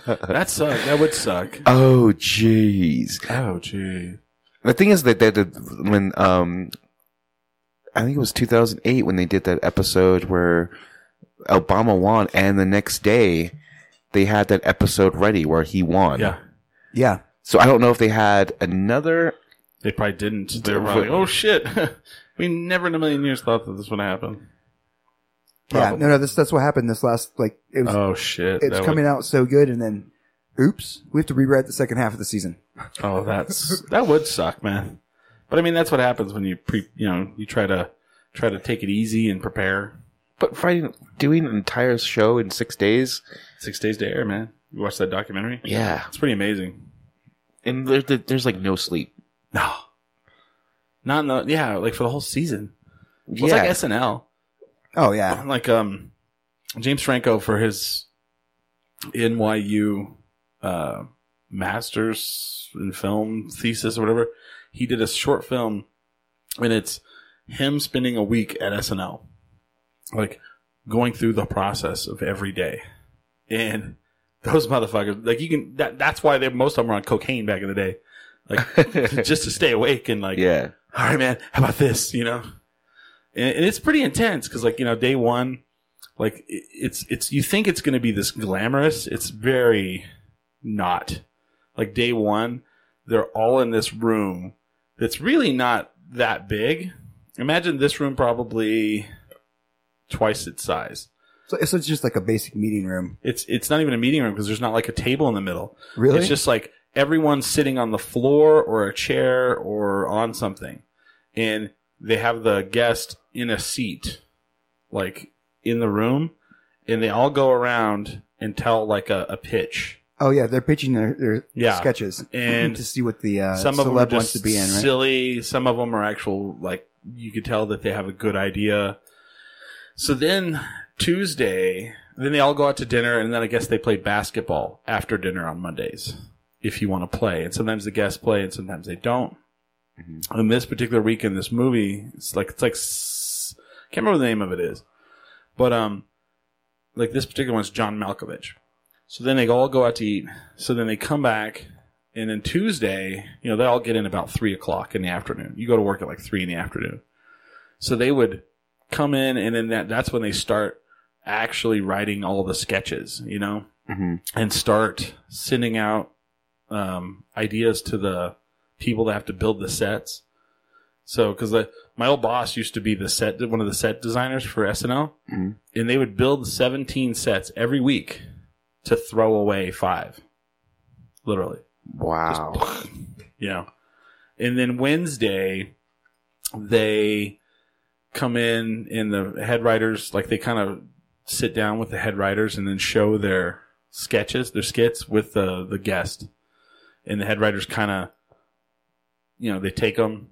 Speaker 2: That suck. That would suck.
Speaker 4: oh jeez.
Speaker 2: Oh gee.
Speaker 4: The thing is that that that when um, I think it was 2008 when they did that episode where Obama won, and the next day they had that episode ready where he won.
Speaker 2: Yeah,
Speaker 3: yeah,
Speaker 4: So I don't know if they had another.
Speaker 2: they probably didn't. They were probably like, oh shit. we never in a million years thought that this would happen.
Speaker 3: yeah.
Speaker 2: Probably.
Speaker 3: No, no, this that's what happened. This last like it was
Speaker 2: Oh shit!
Speaker 3: it's
Speaker 2: That
Speaker 3: coming
Speaker 2: would-
Speaker 3: out so good, and then, oops, we have to rewrite the second half of the season.
Speaker 2: Oh, that's that would suck, man. But I mean, that's what happens when you pre, you know, you try to try to take it easy and prepare.
Speaker 4: But Friday, doing an entire show in six days.
Speaker 2: Six days to air, man. You watch that documentary?
Speaker 4: Yeah,
Speaker 2: It's pretty amazing.
Speaker 4: and there, there- there's like no sleep.
Speaker 2: No, not in the yeah, like for the whole season. Well,
Speaker 4: yeah,
Speaker 2: It's like SNL.
Speaker 3: Oh yeah,
Speaker 2: like um James Franco for his NYU uh masters in film thesis or whatever, he did a short film and it's him spending a week at SNL. Like going through the process of every day. And those motherfuckers like you can that that's why they most of them were on cocaine back in the day. Like just to stay awake and like
Speaker 4: yeah.
Speaker 2: all right, man, how about this? You know, and, and it's pretty intense because, like, you know, day one, like i- it's it's you think it's going to be this glamorous. It's very not. Like day one, they're all in this room that's really not that big. Imagine this room probably twice its size.
Speaker 3: so, so it's just like a basic meeting room,
Speaker 2: It's it's not even a meeting room because there's not like a table in the middle.
Speaker 3: really.
Speaker 2: It's just like everyone's sitting on the floor or a chair or on something. And they have the guest in a seat, like in the room. And they all go around and tell like a, a pitch.
Speaker 3: oh yeah, they're pitching their, their
Speaker 2: Yeah.
Speaker 3: sketches
Speaker 2: And
Speaker 3: to see what the uh,
Speaker 2: Some of them are
Speaker 3: celeb
Speaker 2: just
Speaker 3: wants to be in, right?
Speaker 2: silly. Some of them are actual, like, you could tell that they have a good idea. So then Tuesday, then they all go out to dinner, and then I guess they play basketball after dinner on Mondays if you want to play. And sometimes the guests play, and sometimes they don't.
Speaker 3: Mm-hmm.
Speaker 2: And this particular week in this movie, it's like it's like s- I can't remember the name of it is, but um, like this particular one's John Malkovich. So then they all go out to eat. So then they come back, and then Tuesday, you know, they all get in about three o'clock in the afternoon. You go to work at like three in the afternoon. So they would come in, and then that, that's when they start actually writing all the sketches, you know,
Speaker 4: hmm
Speaker 2: and start sending out um, ideas to the people that have to build the sets. So, because my old boss used to be the set, one of the set designers for SNL,
Speaker 4: Mhm.
Speaker 2: and they would build 17 sets every week to throw away five, literally.
Speaker 4: Wow.
Speaker 2: Yeah. And then Wednesday, they come in and the head writers, like they kind of sit down with the head writers and then show their sketches, their skits with the, the guest. And the head writers kind of, you know, they take them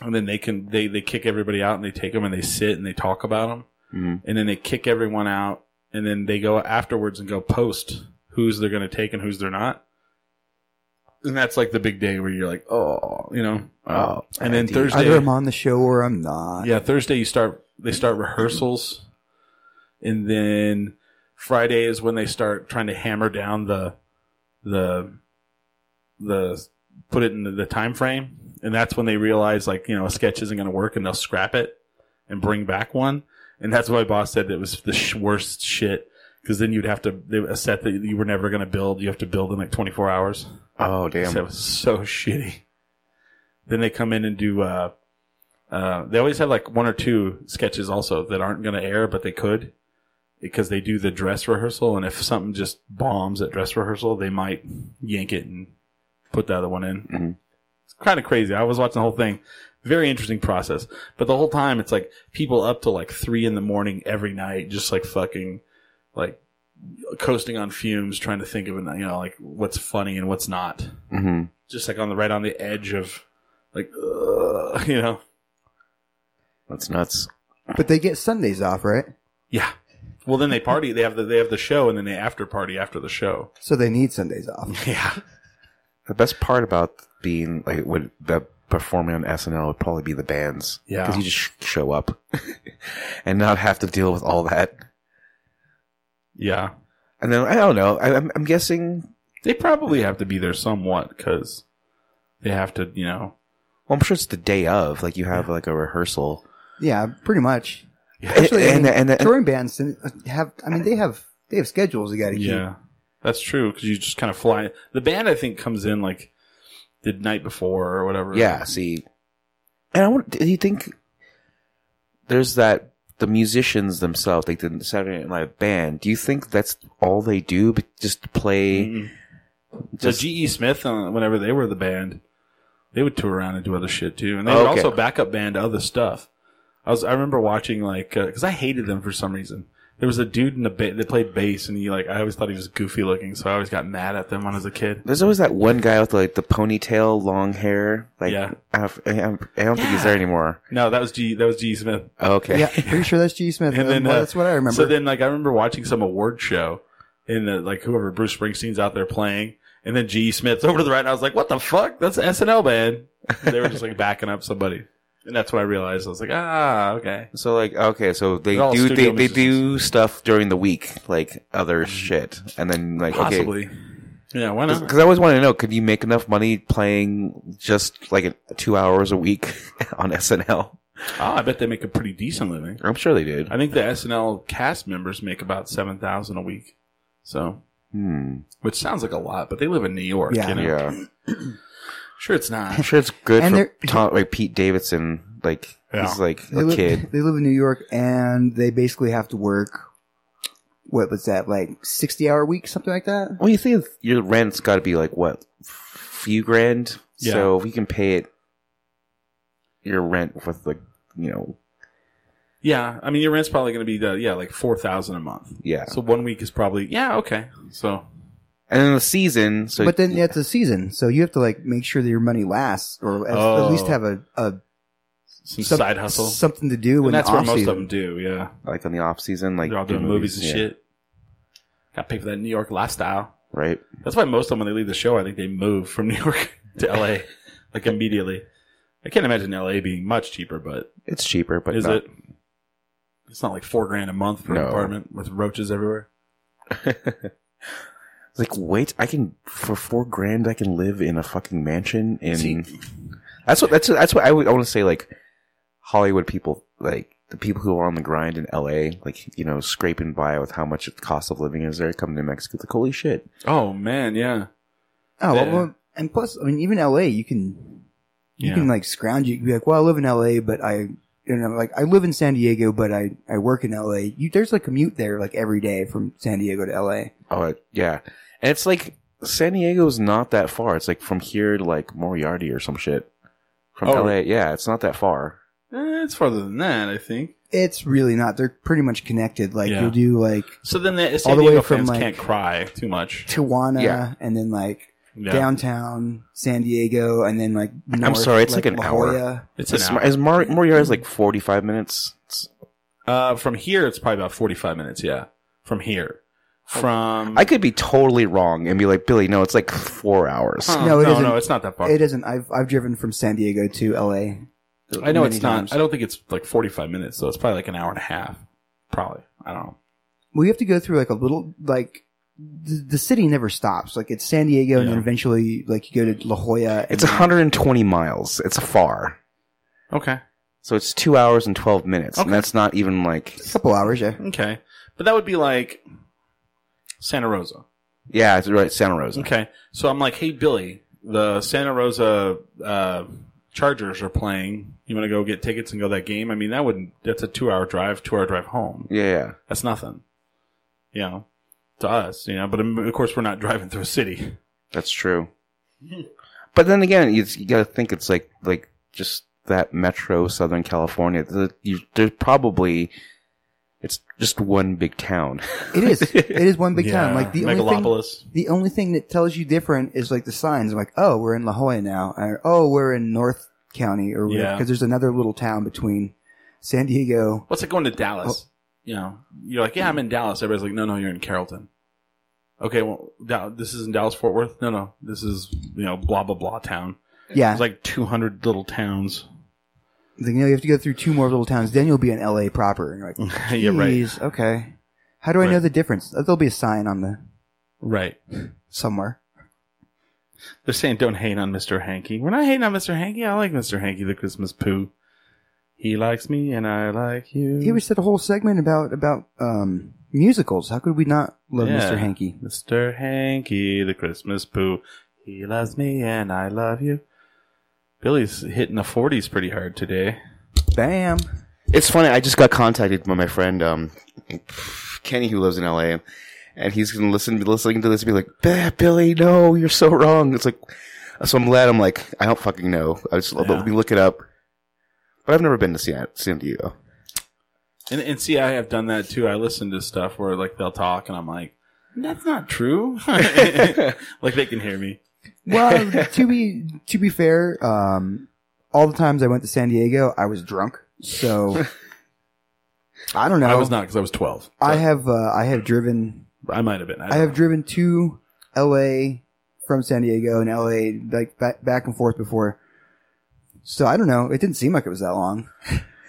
Speaker 2: and then they can, they, they kick everybody out and they take them and they sit and they talk about them
Speaker 4: Mhm.
Speaker 2: and then they kick everyone out and then they go afterwards and go post who's they're going to take and who's they're not and that's like the big day where you're like oh you know
Speaker 4: Oh,
Speaker 2: and then
Speaker 4: dude.
Speaker 2: thursday
Speaker 3: Either I'm on the show or I'm not.
Speaker 2: yeah thursday you start they start rehearsals and then friday is when they start trying to hammer down the the the put it in the, the time frame and that's when they realize like you know a sketch isn't going to work and they'll scrap it and bring back one and that's why my boss said it was the sh- worst shit because then you'd have to they- a set that you were never going to build you have to build in like 24 hours
Speaker 4: Oh
Speaker 2: so it
Speaker 4: damn.
Speaker 2: was so shitty. Then they come in and do. Uh, uh, they always have like one or two sketches also that aren't going to air, but they could because they do the dress rehearsal. And if something just bombs at dress rehearsal, they might yank it and put the other one in. It's kind of crazy. I was watching the whole thing. Very interesting process. But the whole time, it's like people up till like three in the morning every night, just like fucking, like coasting on fumes, trying to think of, you know, like what's funny and what's not.
Speaker 4: Mm-hmm.
Speaker 2: Just like on the right on the edge of, like, ugh, you know.
Speaker 4: That's nuts.
Speaker 3: But they get Sundays off, right?
Speaker 2: Yeah. Well, then they party. They have the they have the show, and then they after party after the show.
Speaker 3: So they need Sundays off.
Speaker 2: Yeah.
Speaker 4: The best part about being like would the performing on SNL would probably be the bands.
Speaker 2: Yeah.
Speaker 4: Because you just sh- show up and not have to deal with all that.
Speaker 2: Yeah.
Speaker 4: And then I don't know. I, I'm, I'm guessing.
Speaker 2: They probably have to be there somewhat because they have to, you know.
Speaker 4: Well, I'm sure it's the day of. Like you have like a rehearsal.
Speaker 3: Yeah, pretty much.
Speaker 4: And-
Speaker 3: Actually,
Speaker 4: and,
Speaker 3: I mean,
Speaker 4: and, and-
Speaker 3: touring bands have. I mean, they have they have schedules. You got to keep.
Speaker 2: Yeah, that's true because you just kind of fly. The band, I think, comes in like the night before or whatever.
Speaker 4: yeah. See, and I wonder, do you think there's that the musicians themselves, like the Saturday Night Live band? Do you think that's all they do? But just play.
Speaker 2: Mm-mm. Mm-hmm. So
Speaker 4: Just,
Speaker 2: G.E. Smith, uh, whenever they were the band, they would tour around and do other shit too, and they would
Speaker 4: Okay.
Speaker 2: also backup band to other stuff. I was I remember watching like because I hated them for some reason. There was a dude in the ba- that played bass, and he like I always thought he was goofy looking, so I always got mad at them when I was a kid.
Speaker 4: there's always that one guy with like the ponytail, long hair. Like
Speaker 2: Yeah.
Speaker 4: I, have- I don't think he's there anymore.
Speaker 2: No, that was G. That was G. E Smith.
Speaker 4: Okay.
Speaker 3: Yeah, pretty sure that's G. Smith.
Speaker 2: and then
Speaker 3: Well,
Speaker 2: uh,
Speaker 3: that's what I remember.
Speaker 2: So then, like, I remember watching some award show, and the, like whoever Bruce Springsteen's out there playing, and then G. E Smith's over to the right, and I was like, "What the fuck? That's an SNL band." And they were just like backing up somebody, and that's when I realized I was like, "Ah, okay."
Speaker 4: So like okay, so they
Speaker 2: They're all
Speaker 4: do they,
Speaker 2: studio Mm-hmm.
Speaker 4: they do stuff during the week, like other shit, and then like okay,
Speaker 2: Possibly. Yeah, why not?
Speaker 4: because I always wanted to know, could you make enough money playing just like two hours a week on SNL?
Speaker 2: Oh, I bet they make a pretty decent living.
Speaker 4: I'm sure they did.
Speaker 2: I think the SNL cast members make about seven thousand a week, so
Speaker 4: Hmm.
Speaker 2: which sounds like a lot, but they live in New York.
Speaker 3: Yeah.
Speaker 2: you know?
Speaker 4: Yeah,
Speaker 2: Sure, it's not.
Speaker 4: I'm sure it's good
Speaker 3: And
Speaker 4: for
Speaker 3: they're-
Speaker 4: Tom, like Pete Davidson. Like
Speaker 2: Yeah.
Speaker 4: he's like
Speaker 3: they
Speaker 4: a
Speaker 3: live,
Speaker 4: kid.
Speaker 3: They live in New York, and they basically have to work. What was that like? Sixty hour week, something like that.
Speaker 4: Well, you think your rent's got to be like what few grand?
Speaker 2: Yeah.
Speaker 4: So if you can pay it, your rent with like you know
Speaker 2: Yeah, I mean your rent's probably going to be uh, yeah like four thousand a month.
Speaker 4: yeah,
Speaker 2: So one week is probably yeah okay. So
Speaker 4: and then the season. So
Speaker 3: but then it's a season, so you have to like make sure that your money lasts, or at,
Speaker 2: Oh.
Speaker 3: at least have a, a
Speaker 2: some
Speaker 3: some-
Speaker 2: side hustle.
Speaker 3: something to do.
Speaker 2: and
Speaker 3: when
Speaker 2: that's
Speaker 3: the
Speaker 2: where
Speaker 3: off
Speaker 2: most
Speaker 3: season.
Speaker 2: of them do. Yeah,
Speaker 4: like on the off season, like
Speaker 2: they're all doing
Speaker 4: the
Speaker 2: movies, and
Speaker 4: yeah,
Speaker 2: shit. Got to pay for that New York lifestyle.
Speaker 4: right?
Speaker 2: That's why most of them when they leave the show, I think they move from New York to L.A. like immediately. I can't imagine L.A. being much cheaper, but
Speaker 4: It's cheaper, but
Speaker 2: is
Speaker 4: not-
Speaker 2: it? It's not like four grand a month for an
Speaker 4: No.
Speaker 2: apartment with roaches everywhere.
Speaker 4: It's like wait, I can for four grand, I can live in a fucking mansion in. that's what that's that's what I would I want to say. Like Hollywood people, like the people who are on the grind in L.A., like you know, scraping by with how much the cost of living is there. Coming to Mexico, it's like holy shit.
Speaker 2: Oh man, yeah,
Speaker 3: Oh well,
Speaker 2: Yeah.
Speaker 3: well, and plus, I mean, even L.A. You can you
Speaker 2: Yeah.
Speaker 3: can like scrounge. You can be like, well, I live in L.A., but I you know like I live in San Diego, but I I work in L.A. You there's like commute there like every day from San Diego to L.A.
Speaker 4: Oh it- yeah, and it's like San Diego's not that far. It's like from here to like Moriarty or some shit. From
Speaker 2: Oh.
Speaker 4: L.A., yeah, it's not that far.
Speaker 2: Eh, it's farther than that, I think.
Speaker 3: It's really not. They're pretty much connected. Like
Speaker 2: Yeah.
Speaker 3: you'll do like
Speaker 2: So then the San
Speaker 3: All the way
Speaker 2: Diego
Speaker 3: from,
Speaker 2: fans
Speaker 3: like-
Speaker 2: can't cry too much.
Speaker 3: Tijuana,
Speaker 4: Yeah.
Speaker 3: and then like
Speaker 2: Yeah.
Speaker 3: downtown San Diego, and then like north,
Speaker 4: sorry, it's like an
Speaker 3: La
Speaker 4: hour.
Speaker 3: Jolla.
Speaker 2: It's an
Speaker 4: Is,
Speaker 2: hour.
Speaker 4: is Mar- Moriarty's like forty-five minutes? It's-
Speaker 2: Uh, from here, it's probably about 45 minutes, yeah. From here. Oh. From.
Speaker 4: I could be totally wrong and be like, Billy, no, it's like four hours.
Speaker 2: Huh, no,
Speaker 3: No, it
Speaker 2: no,
Speaker 3: isn't.
Speaker 2: it's not that far.
Speaker 3: It isn't. I've I've driven from San Diego to L.A.
Speaker 2: I know it's
Speaker 3: many
Speaker 2: not.
Speaker 3: times.
Speaker 2: I don't think it's like 45 minutes, so it's probably like an hour and a half. Probably. I don't know.
Speaker 3: we have to go through like a little like the, the city never stops. Like it's San Diego, and then
Speaker 2: Yeah.
Speaker 3: eventually like you go to La Jolla. And
Speaker 4: It's 120 miles. It's far.
Speaker 2: Okay.
Speaker 4: So it's two hours and 12 minutes.
Speaker 2: Okay.
Speaker 4: And that's not even like,
Speaker 3: a couple hours. Yeah,
Speaker 2: Okay. But that would be like Santa Rosa.
Speaker 4: yeah, it's right, Santa Rosa.
Speaker 2: Okay. So I'm like, hey, Billy, the Santa Rosa uh, Chargers are playing. You want to go get tickets and go to that game? I mean, that wouldn't. That's a two hour drive, two hour drive home.
Speaker 4: Yeah, yeah.
Speaker 2: That's nothing. You know, to us, you know, but um, of course we're not driving through a city.
Speaker 4: That's true. But then again, you, you got to think it's like like just that metro Southern California. The, you, there's probably it's just one big town.
Speaker 3: It is. It is one big town. Like the only thing,
Speaker 2: Megalopolis.
Speaker 3: the only thing that tells you different is like the signs. like, oh, we're in La Jolla now, or oh, we're in North County, or
Speaker 2: Yeah.
Speaker 3: because there's another little town between San Diego.
Speaker 2: What's like going to
Speaker 3: Oh.
Speaker 2: Dallas? You know, you're like, yeah, I'm in Dallas. Everybody's like, no, no, you're in Carrollton. Okay, well, Dal- this isn't Dallas Fort Worth. No, no, this is you know blah blah blah town.
Speaker 3: Yeah,
Speaker 2: There's like 200 little towns.
Speaker 3: It's like, you know, you have to go through two more little towns, then you'll be in L.A. proper. And you're like,
Speaker 2: yeah, right,
Speaker 3: "Jeez, okay. How do I know
Speaker 2: Right.
Speaker 3: the difference? Uh, There'll be a sign on the
Speaker 2: right.
Speaker 3: somewhere.
Speaker 2: They're saying don't hate on Mr. Hanky. We're not hating on Mr. Hanky. I like Mr. Hanky, the Christmas poo. He likes me and I like you.
Speaker 3: He was did a whole segment about about um, musicals. How could we not love
Speaker 2: Yeah.
Speaker 3: Mr. Hanky?
Speaker 2: Mr. Hanky, the Christmas poo. He loves me and I love you. Billy's hitting the 40s pretty hard today.
Speaker 3: Bam.
Speaker 4: It's funny. I just got contacted by my friend um, Kenny, who lives in LA, and he's gonna listen listening to this and be like, "Bah, "Billy, no, you're so wrong." It's like, so I'm glad I'm like, I don't fucking know. I just let me look it up. But I've never been to San, San Diego.
Speaker 2: And, and see, I have done that too. I listen to stuff where like they'll talk and I'm like, that's not true. like they can hear me.
Speaker 3: Well, to be to be fair, um, all the times I went to San Diego, I was drunk. So I don't know.
Speaker 2: I was not because I was 12.
Speaker 3: I have uh, I have driven
Speaker 2: I might have been. I,
Speaker 3: I have driven to L.A. from San Diego and L.A. like back, back and forth before. So I don't know. It didn't seem like it was that long.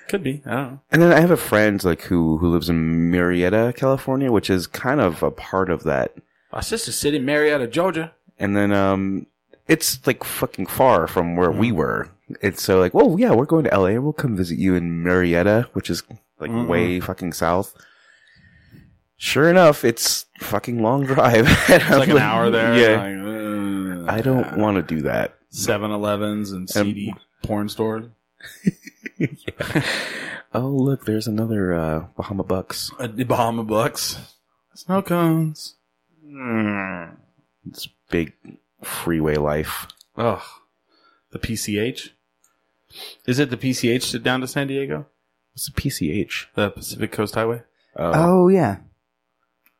Speaker 2: could be. I don't know.
Speaker 4: And then I have a friend like who who lives in Marietta, California, which is kind of a part of that.
Speaker 2: My sister city, Marietta, Georgia.
Speaker 4: And then um, it's like fucking far from where
Speaker 2: Mm.
Speaker 4: we were. It's so like, well, yeah, we're going to LA. We'll come visit you in Marietta, which is like
Speaker 2: Mhm.
Speaker 4: way fucking south. Sure enough, it's fucking long drive. It's
Speaker 2: It's like an hour there.
Speaker 4: Yeah,
Speaker 2: Yeah.
Speaker 4: I don't want to do that.
Speaker 2: 7 Elevens and
Speaker 4: And-
Speaker 2: CD porn stores.
Speaker 4: Oh, look, there's another uh, Bahama Bucks.
Speaker 2: Uh, the Bahama Bucks. Snow cones.
Speaker 4: Hmm. It's big freeway life.
Speaker 2: Ugh. The PCH? Is it the PCH to down to San Diego?
Speaker 4: It's a PCH.
Speaker 2: The Pacific Coast Highway?
Speaker 3: Oh yeah,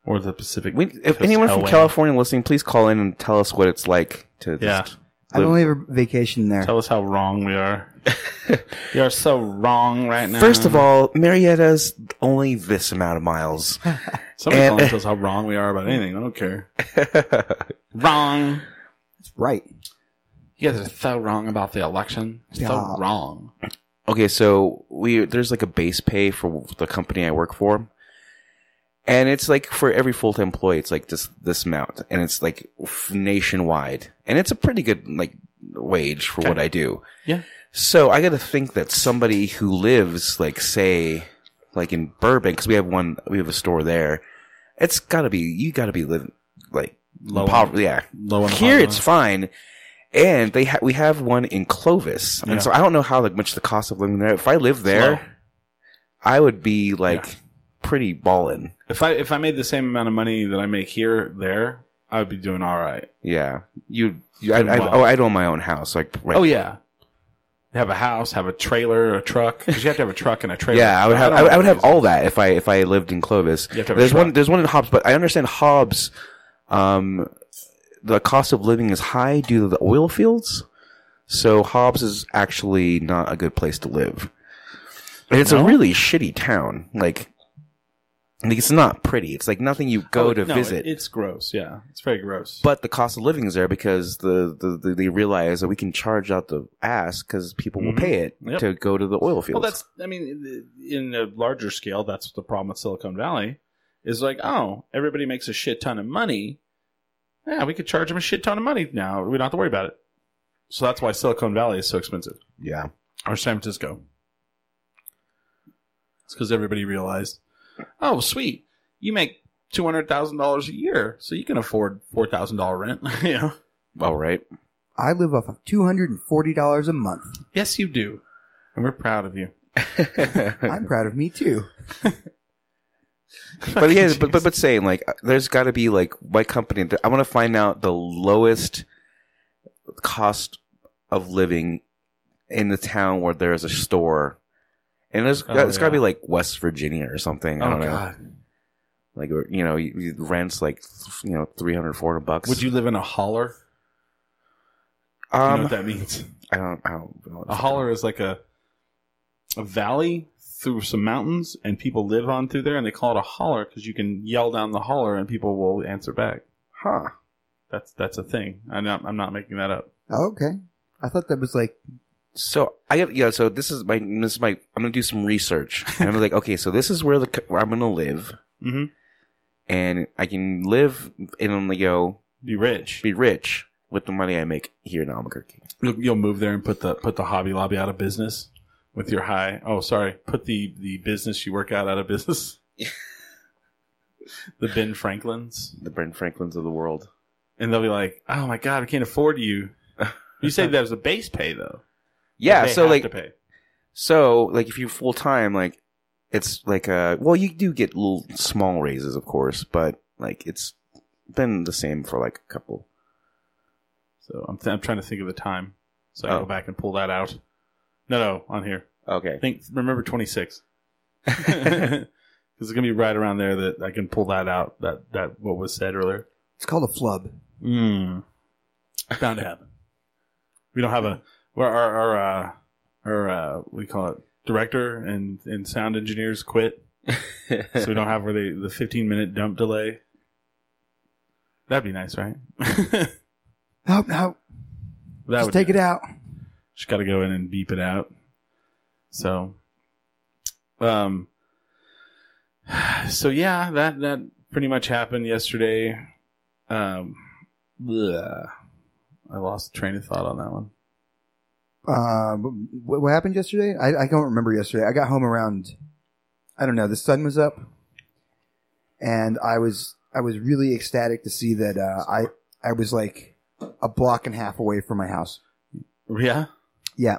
Speaker 2: Or the Pacific
Speaker 4: Um, We, if
Speaker 2: Coast
Speaker 4: anyone from
Speaker 2: Highway?
Speaker 4: California listening, please call in and tell us what it's like to.
Speaker 2: Yeah.
Speaker 4: Just,
Speaker 3: I've only ever vacationed there.
Speaker 2: Tell us how wrong we are. you are so wrong right now.
Speaker 4: First of all, Marietta's only this amount of miles.
Speaker 2: somebody
Speaker 4: and-
Speaker 2: and, us how wrong we are about anything. I don't care. wrong.
Speaker 3: Right.
Speaker 2: You guys are so wrong about the election.
Speaker 3: Yeah.
Speaker 2: So wrong.
Speaker 4: okay, so we there's like a base pay for the company I work for, and it's like for every full time employee, it's like this this amount, and it's like f- nationwide, and it's a pretty good like wage for what I do.
Speaker 2: Yeah.
Speaker 4: So I got to think that somebody who lives like say like in Burbank, because we have one, we have a store there. It's got to be you got to be living like
Speaker 2: Low
Speaker 4: poverty. Yeah,
Speaker 2: Low on the
Speaker 4: here
Speaker 2: bottom
Speaker 4: it's fine. And they ha- we have one in Clovis,
Speaker 2: Yeah.
Speaker 4: and so I don't know how like much the cost of living there. If I lived there,
Speaker 2: low.
Speaker 4: I would be like
Speaker 2: Yeah.
Speaker 4: pretty ballin.
Speaker 2: If I if I made the same amount of money that I make here there, I would be doing all right.
Speaker 4: Yeah, you. you I,
Speaker 2: Doing
Speaker 4: I,
Speaker 2: well.
Speaker 4: oh, I'd own my own house. Like, right.
Speaker 2: Oh yeah. Have a house, have a trailer, a truck. 'Cause you have to have a truck and a trailer.
Speaker 4: yeah, I would have.
Speaker 2: don't
Speaker 4: I, would- I would
Speaker 2: know
Speaker 4: have all that if I if I lived in Clovis.
Speaker 2: have to have a
Speaker 4: There's one.
Speaker 2: truck.
Speaker 4: There's one in Hobbs, but I understand Hobbs. Um, the cost of living is high due to the oil fields, so Hobbs is actually not a good place to live. And it's a really shitty town. Like, like, it's not pretty. It's like nothing you go
Speaker 2: Oh,
Speaker 4: to
Speaker 2: no,
Speaker 4: visit.
Speaker 2: it- it's gross. Yeah, it's very gross.
Speaker 4: but the cost of living is there because the, the, the they realize that we can charge out the ass because people will pay it
Speaker 2: Mm-hmm. Yep.
Speaker 4: to go to the oil
Speaker 2: well,
Speaker 4: fields.
Speaker 2: that's I mean, in a larger scale, that's the problem with Silicon Valley is like, oh, everybody makes a shit ton of money. Yeah, we could charge them a shit ton of money now. We don't have to worry about it. So that's why Silicon Valley is so expensive,
Speaker 4: yeah.
Speaker 2: or San Francisco. It's because everybody realized, oh, sweet, you make two hundred thousand dollars a year, so you can afford four thousand dollar rent. you know,
Speaker 4: All right.
Speaker 3: I live off of two hundred and forty dollars a month.
Speaker 2: yes, you do, and we're proud of you.
Speaker 3: I'm proud of me too.
Speaker 4: but yeah, but, but but saying like, uh, there's got to be like my company. I want to find out the lowest cost of living in the town where there is a store, and it's,
Speaker 2: Oh,
Speaker 4: it's got to be
Speaker 2: yeah.
Speaker 4: like West Virginia or something. I
Speaker 2: Oh
Speaker 4: don't know.
Speaker 2: God!
Speaker 4: Like or, you know, you, you rents like you know 300, 400 bucks.
Speaker 2: Would you live in a holler? You know
Speaker 4: Um,
Speaker 2: what that means?
Speaker 4: I don't. I don't know.
Speaker 2: A holler is like a a valley through some mountains, and people live on through there, and they call it a holler because you can yell down the holler, and people will answer back.
Speaker 4: Huh.
Speaker 2: That's that's a thing. I'm not I'm not making that up.
Speaker 3: Oh, okay. I thought that was like
Speaker 4: So I got yeah. So this is my this is my. I'm gonna do some research. And I'm like, okay, so this is where the co- where I'm gonna live,
Speaker 2: Mm-hmm.
Speaker 4: and I can live and I'm gonna go
Speaker 2: Be rich.
Speaker 4: be rich with the money I make here in Albuquerque.
Speaker 2: You'll you'll move there and put the put the Hobby Lobby out of business with your high. Oh, sorry. Put the the business you work out out of business. the Ben Franklins,
Speaker 4: The Brent Franklins of the world.
Speaker 2: and they'll be like, "Oh my God, we can't afford you." You said that was a base pay though.
Speaker 4: Yeah.
Speaker 2: They
Speaker 4: So
Speaker 2: have
Speaker 4: like
Speaker 2: to pay.
Speaker 4: so like if you full time like it's like uh well you do get little small raises of course but like it's been the same for like a couple
Speaker 2: So I'm, th- I'm trying to think of the time, so I
Speaker 4: Oh.
Speaker 2: go back and pull that out. No, no, on here.
Speaker 4: okay
Speaker 2: Think remember 26. Because it's gonna be right around there that I can pull that out. That that what was said earlier.
Speaker 3: it's called a flub.
Speaker 2: Mm. Bound to happen. We don't have a well, our our uh, our uh, what do you call it director and and sound engineers quit, so we don't have where they the fifteen minute dump delay. That'd be nice, right? that
Speaker 3: No, no. Just take it out.
Speaker 2: Just got to go in and beep it out. So, um, so yeah, that that pretty much happened yesterday. Um, bleh. I lost the train of thought on that one.
Speaker 3: Uh, what, what happened yesterday? I, I don't remember yesterday. I got home around, I don't know. The sun was up, and I was I was really ecstatic to see that uh, I I was like a block and a half away from my house.
Speaker 2: Yeah,
Speaker 3: Yeah,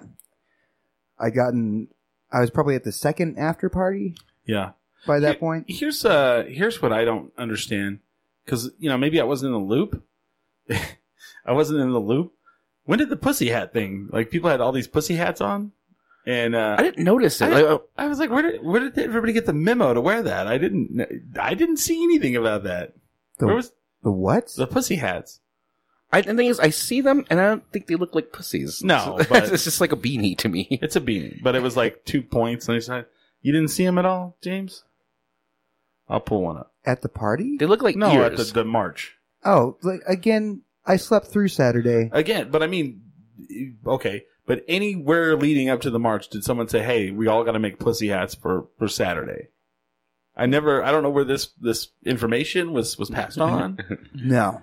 Speaker 3: I gotten I was probably at the second after party
Speaker 2: yeah.
Speaker 3: by that
Speaker 2: Yeah.
Speaker 3: point.
Speaker 2: Here's uh, here's what I don't understand because you know maybe I wasn't in the loop. I wasn't in the loop. When did the pussy hat thing? Like people had all these pussy hats on, and uh,
Speaker 4: i didn't notice it
Speaker 2: I-
Speaker 4: Like, oh,
Speaker 2: I was like, where did where did everybody get the memo to wear that? I didn't I didn't see anything about that.
Speaker 3: The,
Speaker 2: where was
Speaker 3: the what?
Speaker 2: the pussy hats?
Speaker 4: I, the thing is, I see them and I don't think they look like pussies.
Speaker 2: No,
Speaker 4: It's-
Speaker 2: but-
Speaker 4: it's just like a beanie to me.
Speaker 2: It's a beanie, but it was like two points on each side. You didn't see them at all, James? I'll pull one up.
Speaker 3: at the party?
Speaker 4: They look like
Speaker 2: No, at the,
Speaker 4: ears.
Speaker 2: the march
Speaker 3: Oh, like, again, I slept through Saturday.
Speaker 2: again. But I mean, okay. But anywhere leading up to the march, did someone say, "Hey, we all got to make pussy hats for for Saturday"? I never. I don't know where this this information was was passed on.
Speaker 3: No,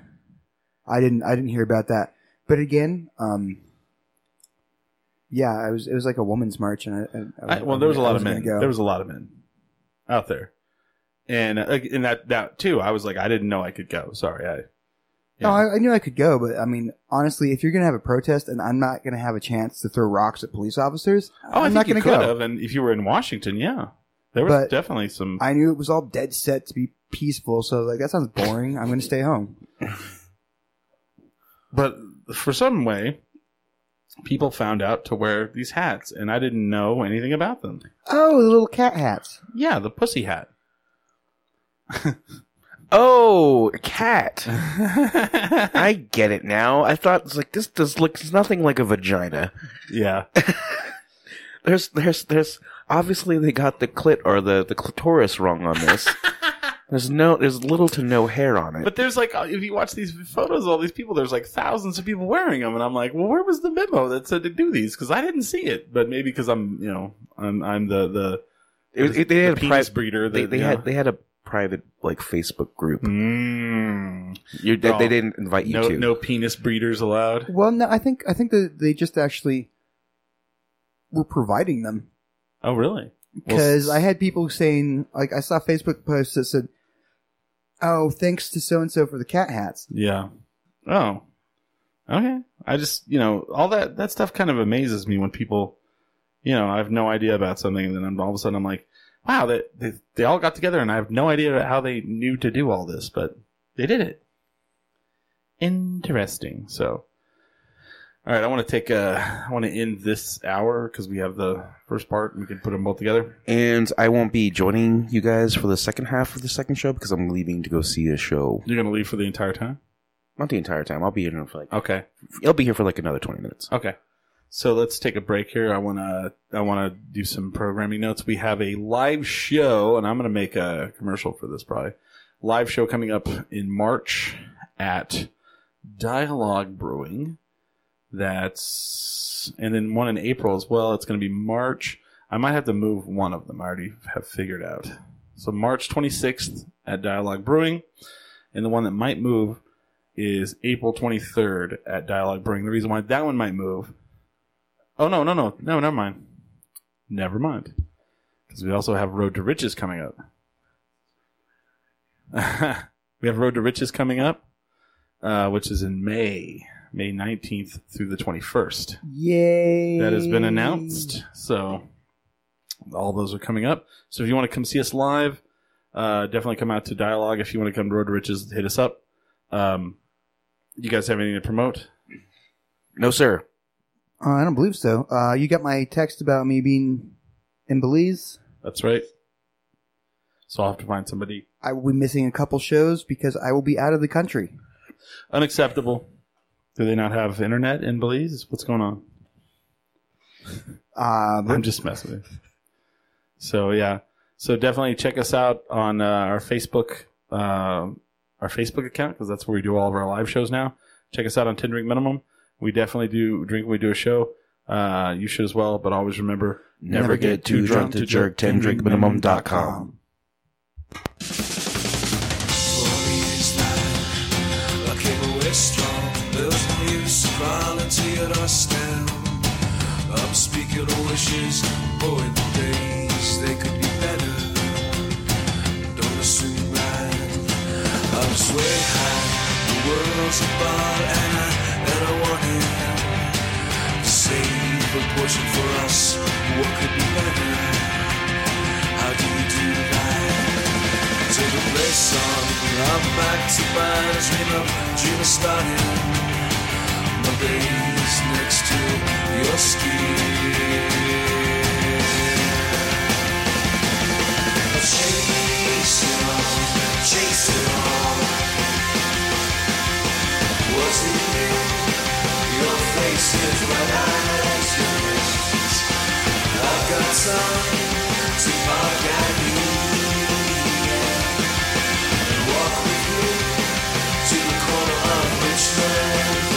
Speaker 3: I didn't. I didn't hear about that. But again, um, yeah, I was. It was like a woman's march, and I. I, I
Speaker 2: I, well, there was a
Speaker 3: I
Speaker 2: lot of men.
Speaker 3: wasn't gonna go.
Speaker 2: There was a lot of men out there, and uh, and that that too. I was like, I didn't know I could go. Sorry, I
Speaker 3: No, I, I knew I could go, but I mean, honestly, if you're gonna have a protest and I'm not gonna have a chance to throw rocks at police officers,
Speaker 2: oh, I
Speaker 3: I'm
Speaker 2: think
Speaker 3: not
Speaker 2: you
Speaker 3: gonna
Speaker 2: could
Speaker 3: go.
Speaker 2: have. And if you were in Washington, yeah, there was
Speaker 3: But-
Speaker 2: definitely some.
Speaker 3: I knew it was all dead set to be peaceful, so like that sounds boring. I'm gonna stay home.
Speaker 2: but for some way, people found out to wear these hats, and I didn't know anything about them.
Speaker 3: Oh, the little cat hats.
Speaker 2: Yeah, the pussy hat.
Speaker 4: oh, a cat. I get it now. I thought it's like this does looks nothing like a vagina.
Speaker 2: yeah,
Speaker 4: There's there's there's obviously they got the clit or the the clitoris wrong on this. there's no there's little to no hair on it.
Speaker 2: but there's like uh, if you watch these photos, of all these people, there's like thousands of people wearing them, and I'm like, well, where was the memo that said to do these? Because I didn't see it, but maybe because I'm, you know, I'm I'm the the
Speaker 4: It was- it- they had
Speaker 2: the
Speaker 4: a
Speaker 2: penis
Speaker 4: private
Speaker 2: breeder.
Speaker 4: they,
Speaker 2: that,
Speaker 4: they
Speaker 2: you
Speaker 4: had
Speaker 2: know.
Speaker 4: they had a private like Facebook group.
Speaker 2: Mm.
Speaker 4: You they,
Speaker 2: Oh.
Speaker 4: they didn't invite you
Speaker 2: no
Speaker 4: to.
Speaker 2: no penis breeders allowed.
Speaker 3: Well, no, I think I think that they just actually were providing them.
Speaker 2: Oh really? Well,
Speaker 3: because I had people saying, like, I saw Facebook posts that said, "Oh, thanks to so and so for the cat hats."
Speaker 2: Yeah. Oh. Okay. I just you know all that that stuff kind of amazes me when people, you know, I have no idea about something, and then I'm, all of a sudden I'm like, wow, that they, they, all got together, and I have no idea how they knew to do all this, but they did it. Interesting. So. All right, I want to take uh, I want to end this hour because we have the first part. and We can put them both together.
Speaker 4: And I won't be joining you guys for the second half of the second show because I'm leaving to go see a show.
Speaker 2: You're gonna leave for the entire time.
Speaker 4: Not the entire time. I'll be here for like
Speaker 2: Okay.
Speaker 4: I'll be here for like another twenty minutes.
Speaker 2: Okay. So let's take a break here. I wanna I wanna do some programming notes. We have a live show, and I'm gonna make a commercial for this probably. Live show coming up in March at Dialogue Brewing. That's and then one in April as well. It's gonna be March. I might have to move one of them. I already have figured out. So March 26th at Dialogue Brewing, and the one that might move is April 23rd at Dialogue Brewing. The reason why that one might move. Oh, no, no, no. No, never mind. Never mind. Because we also have Road to Riches coming up. we have Road to Riches coming up, uh, which is in May, May 19th through the 21st.
Speaker 3: Yay!
Speaker 2: That has been announced. So all those are coming up. So if you want to come see us live, uh, definitely come out to Dialogue. If you want to come to Road to Riches, hit us up. Um, you guys have anything to promote?
Speaker 4: No, sir.
Speaker 3: Uh, I don't believe so. Uh, you got my text about me being in Belize.
Speaker 2: That's right. So I'll have to find somebody
Speaker 3: I will be missing a couple shows because I will be out of the country.
Speaker 2: unacceptable. Do they not have internet in Belize? What's going on?
Speaker 3: Uh, but
Speaker 2: I'm just messing with you. So yeah, so definitely check us out on uh, our Facebook, uh, our Facebook account because that's where we do all of our live shows now. Check us out on Ten Drink Minimum. We definitely do drink. when We do a show. Uh, you should as well, but always remember
Speaker 4: Never, get, too drunk, to jerk. Ten drinkminimum.com.
Speaker 5: warrior's life. I came away strong. There's no use volunteered or stand. I'm speaking of wishes, boy, the days they could be better. Don't assume right. I'm way high. The world's a ball, and I and I want it. Save a portion for us. What could be better? How do you do that? to the place on I'm back to my dream of dream of starting My base next to your skin Chase it all, chase it all Was it you? Your face is my eyes, your lips. I've got time to park at you walk with you to the corner of Richmond.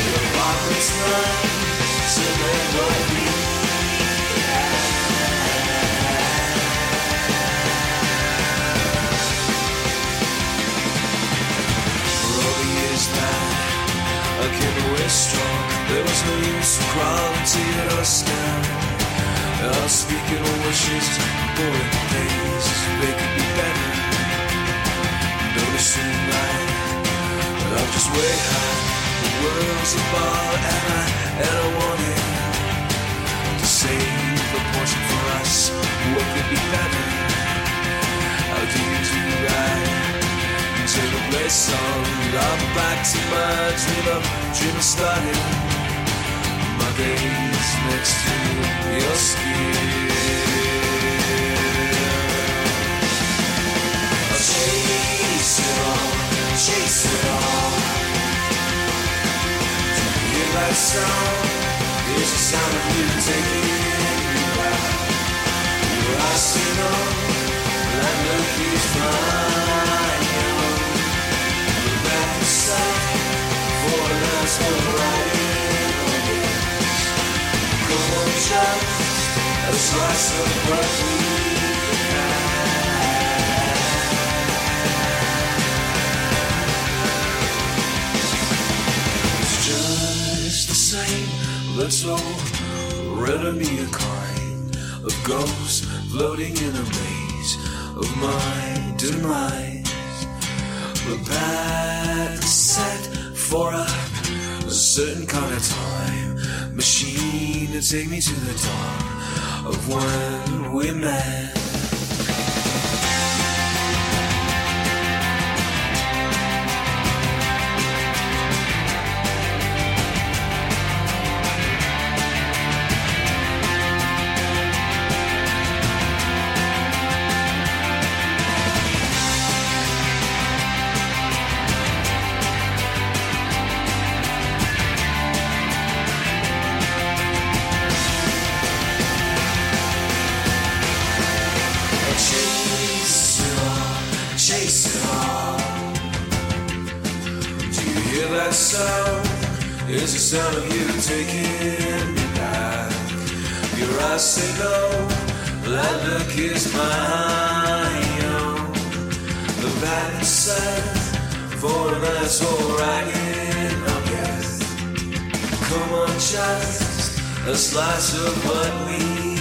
Speaker 5: The apartment's mine, so they will be. Rolling years now, I came away strong. There was no use in crawling to your stem. I'll speak in wishes, boy, things they could be better noticing light. I'm just way high. The world's a ball, and I and I want it to save a portion for us. What could be better? How do you do right? Take a place on. I'm back to my dream of dream of starting. My days next to your skin. Chase it all, chase it all. Hear that sound? It's the sound of you taking you out. Your eyes seen on, like Milky's flying. Look back inside for the last horizon. Come on, just a slice of broccoli. It's just the same. Let's all render me a kind of ghost floating in a maze of my demise. The path is set for a, a certain kind of time machine to take me to the dawn of when we met. last sound is the sound of you taking me back. Your eyes say no, that look is mine. The bad side for an asshole ragging up yet. Come on, child, a slice of what we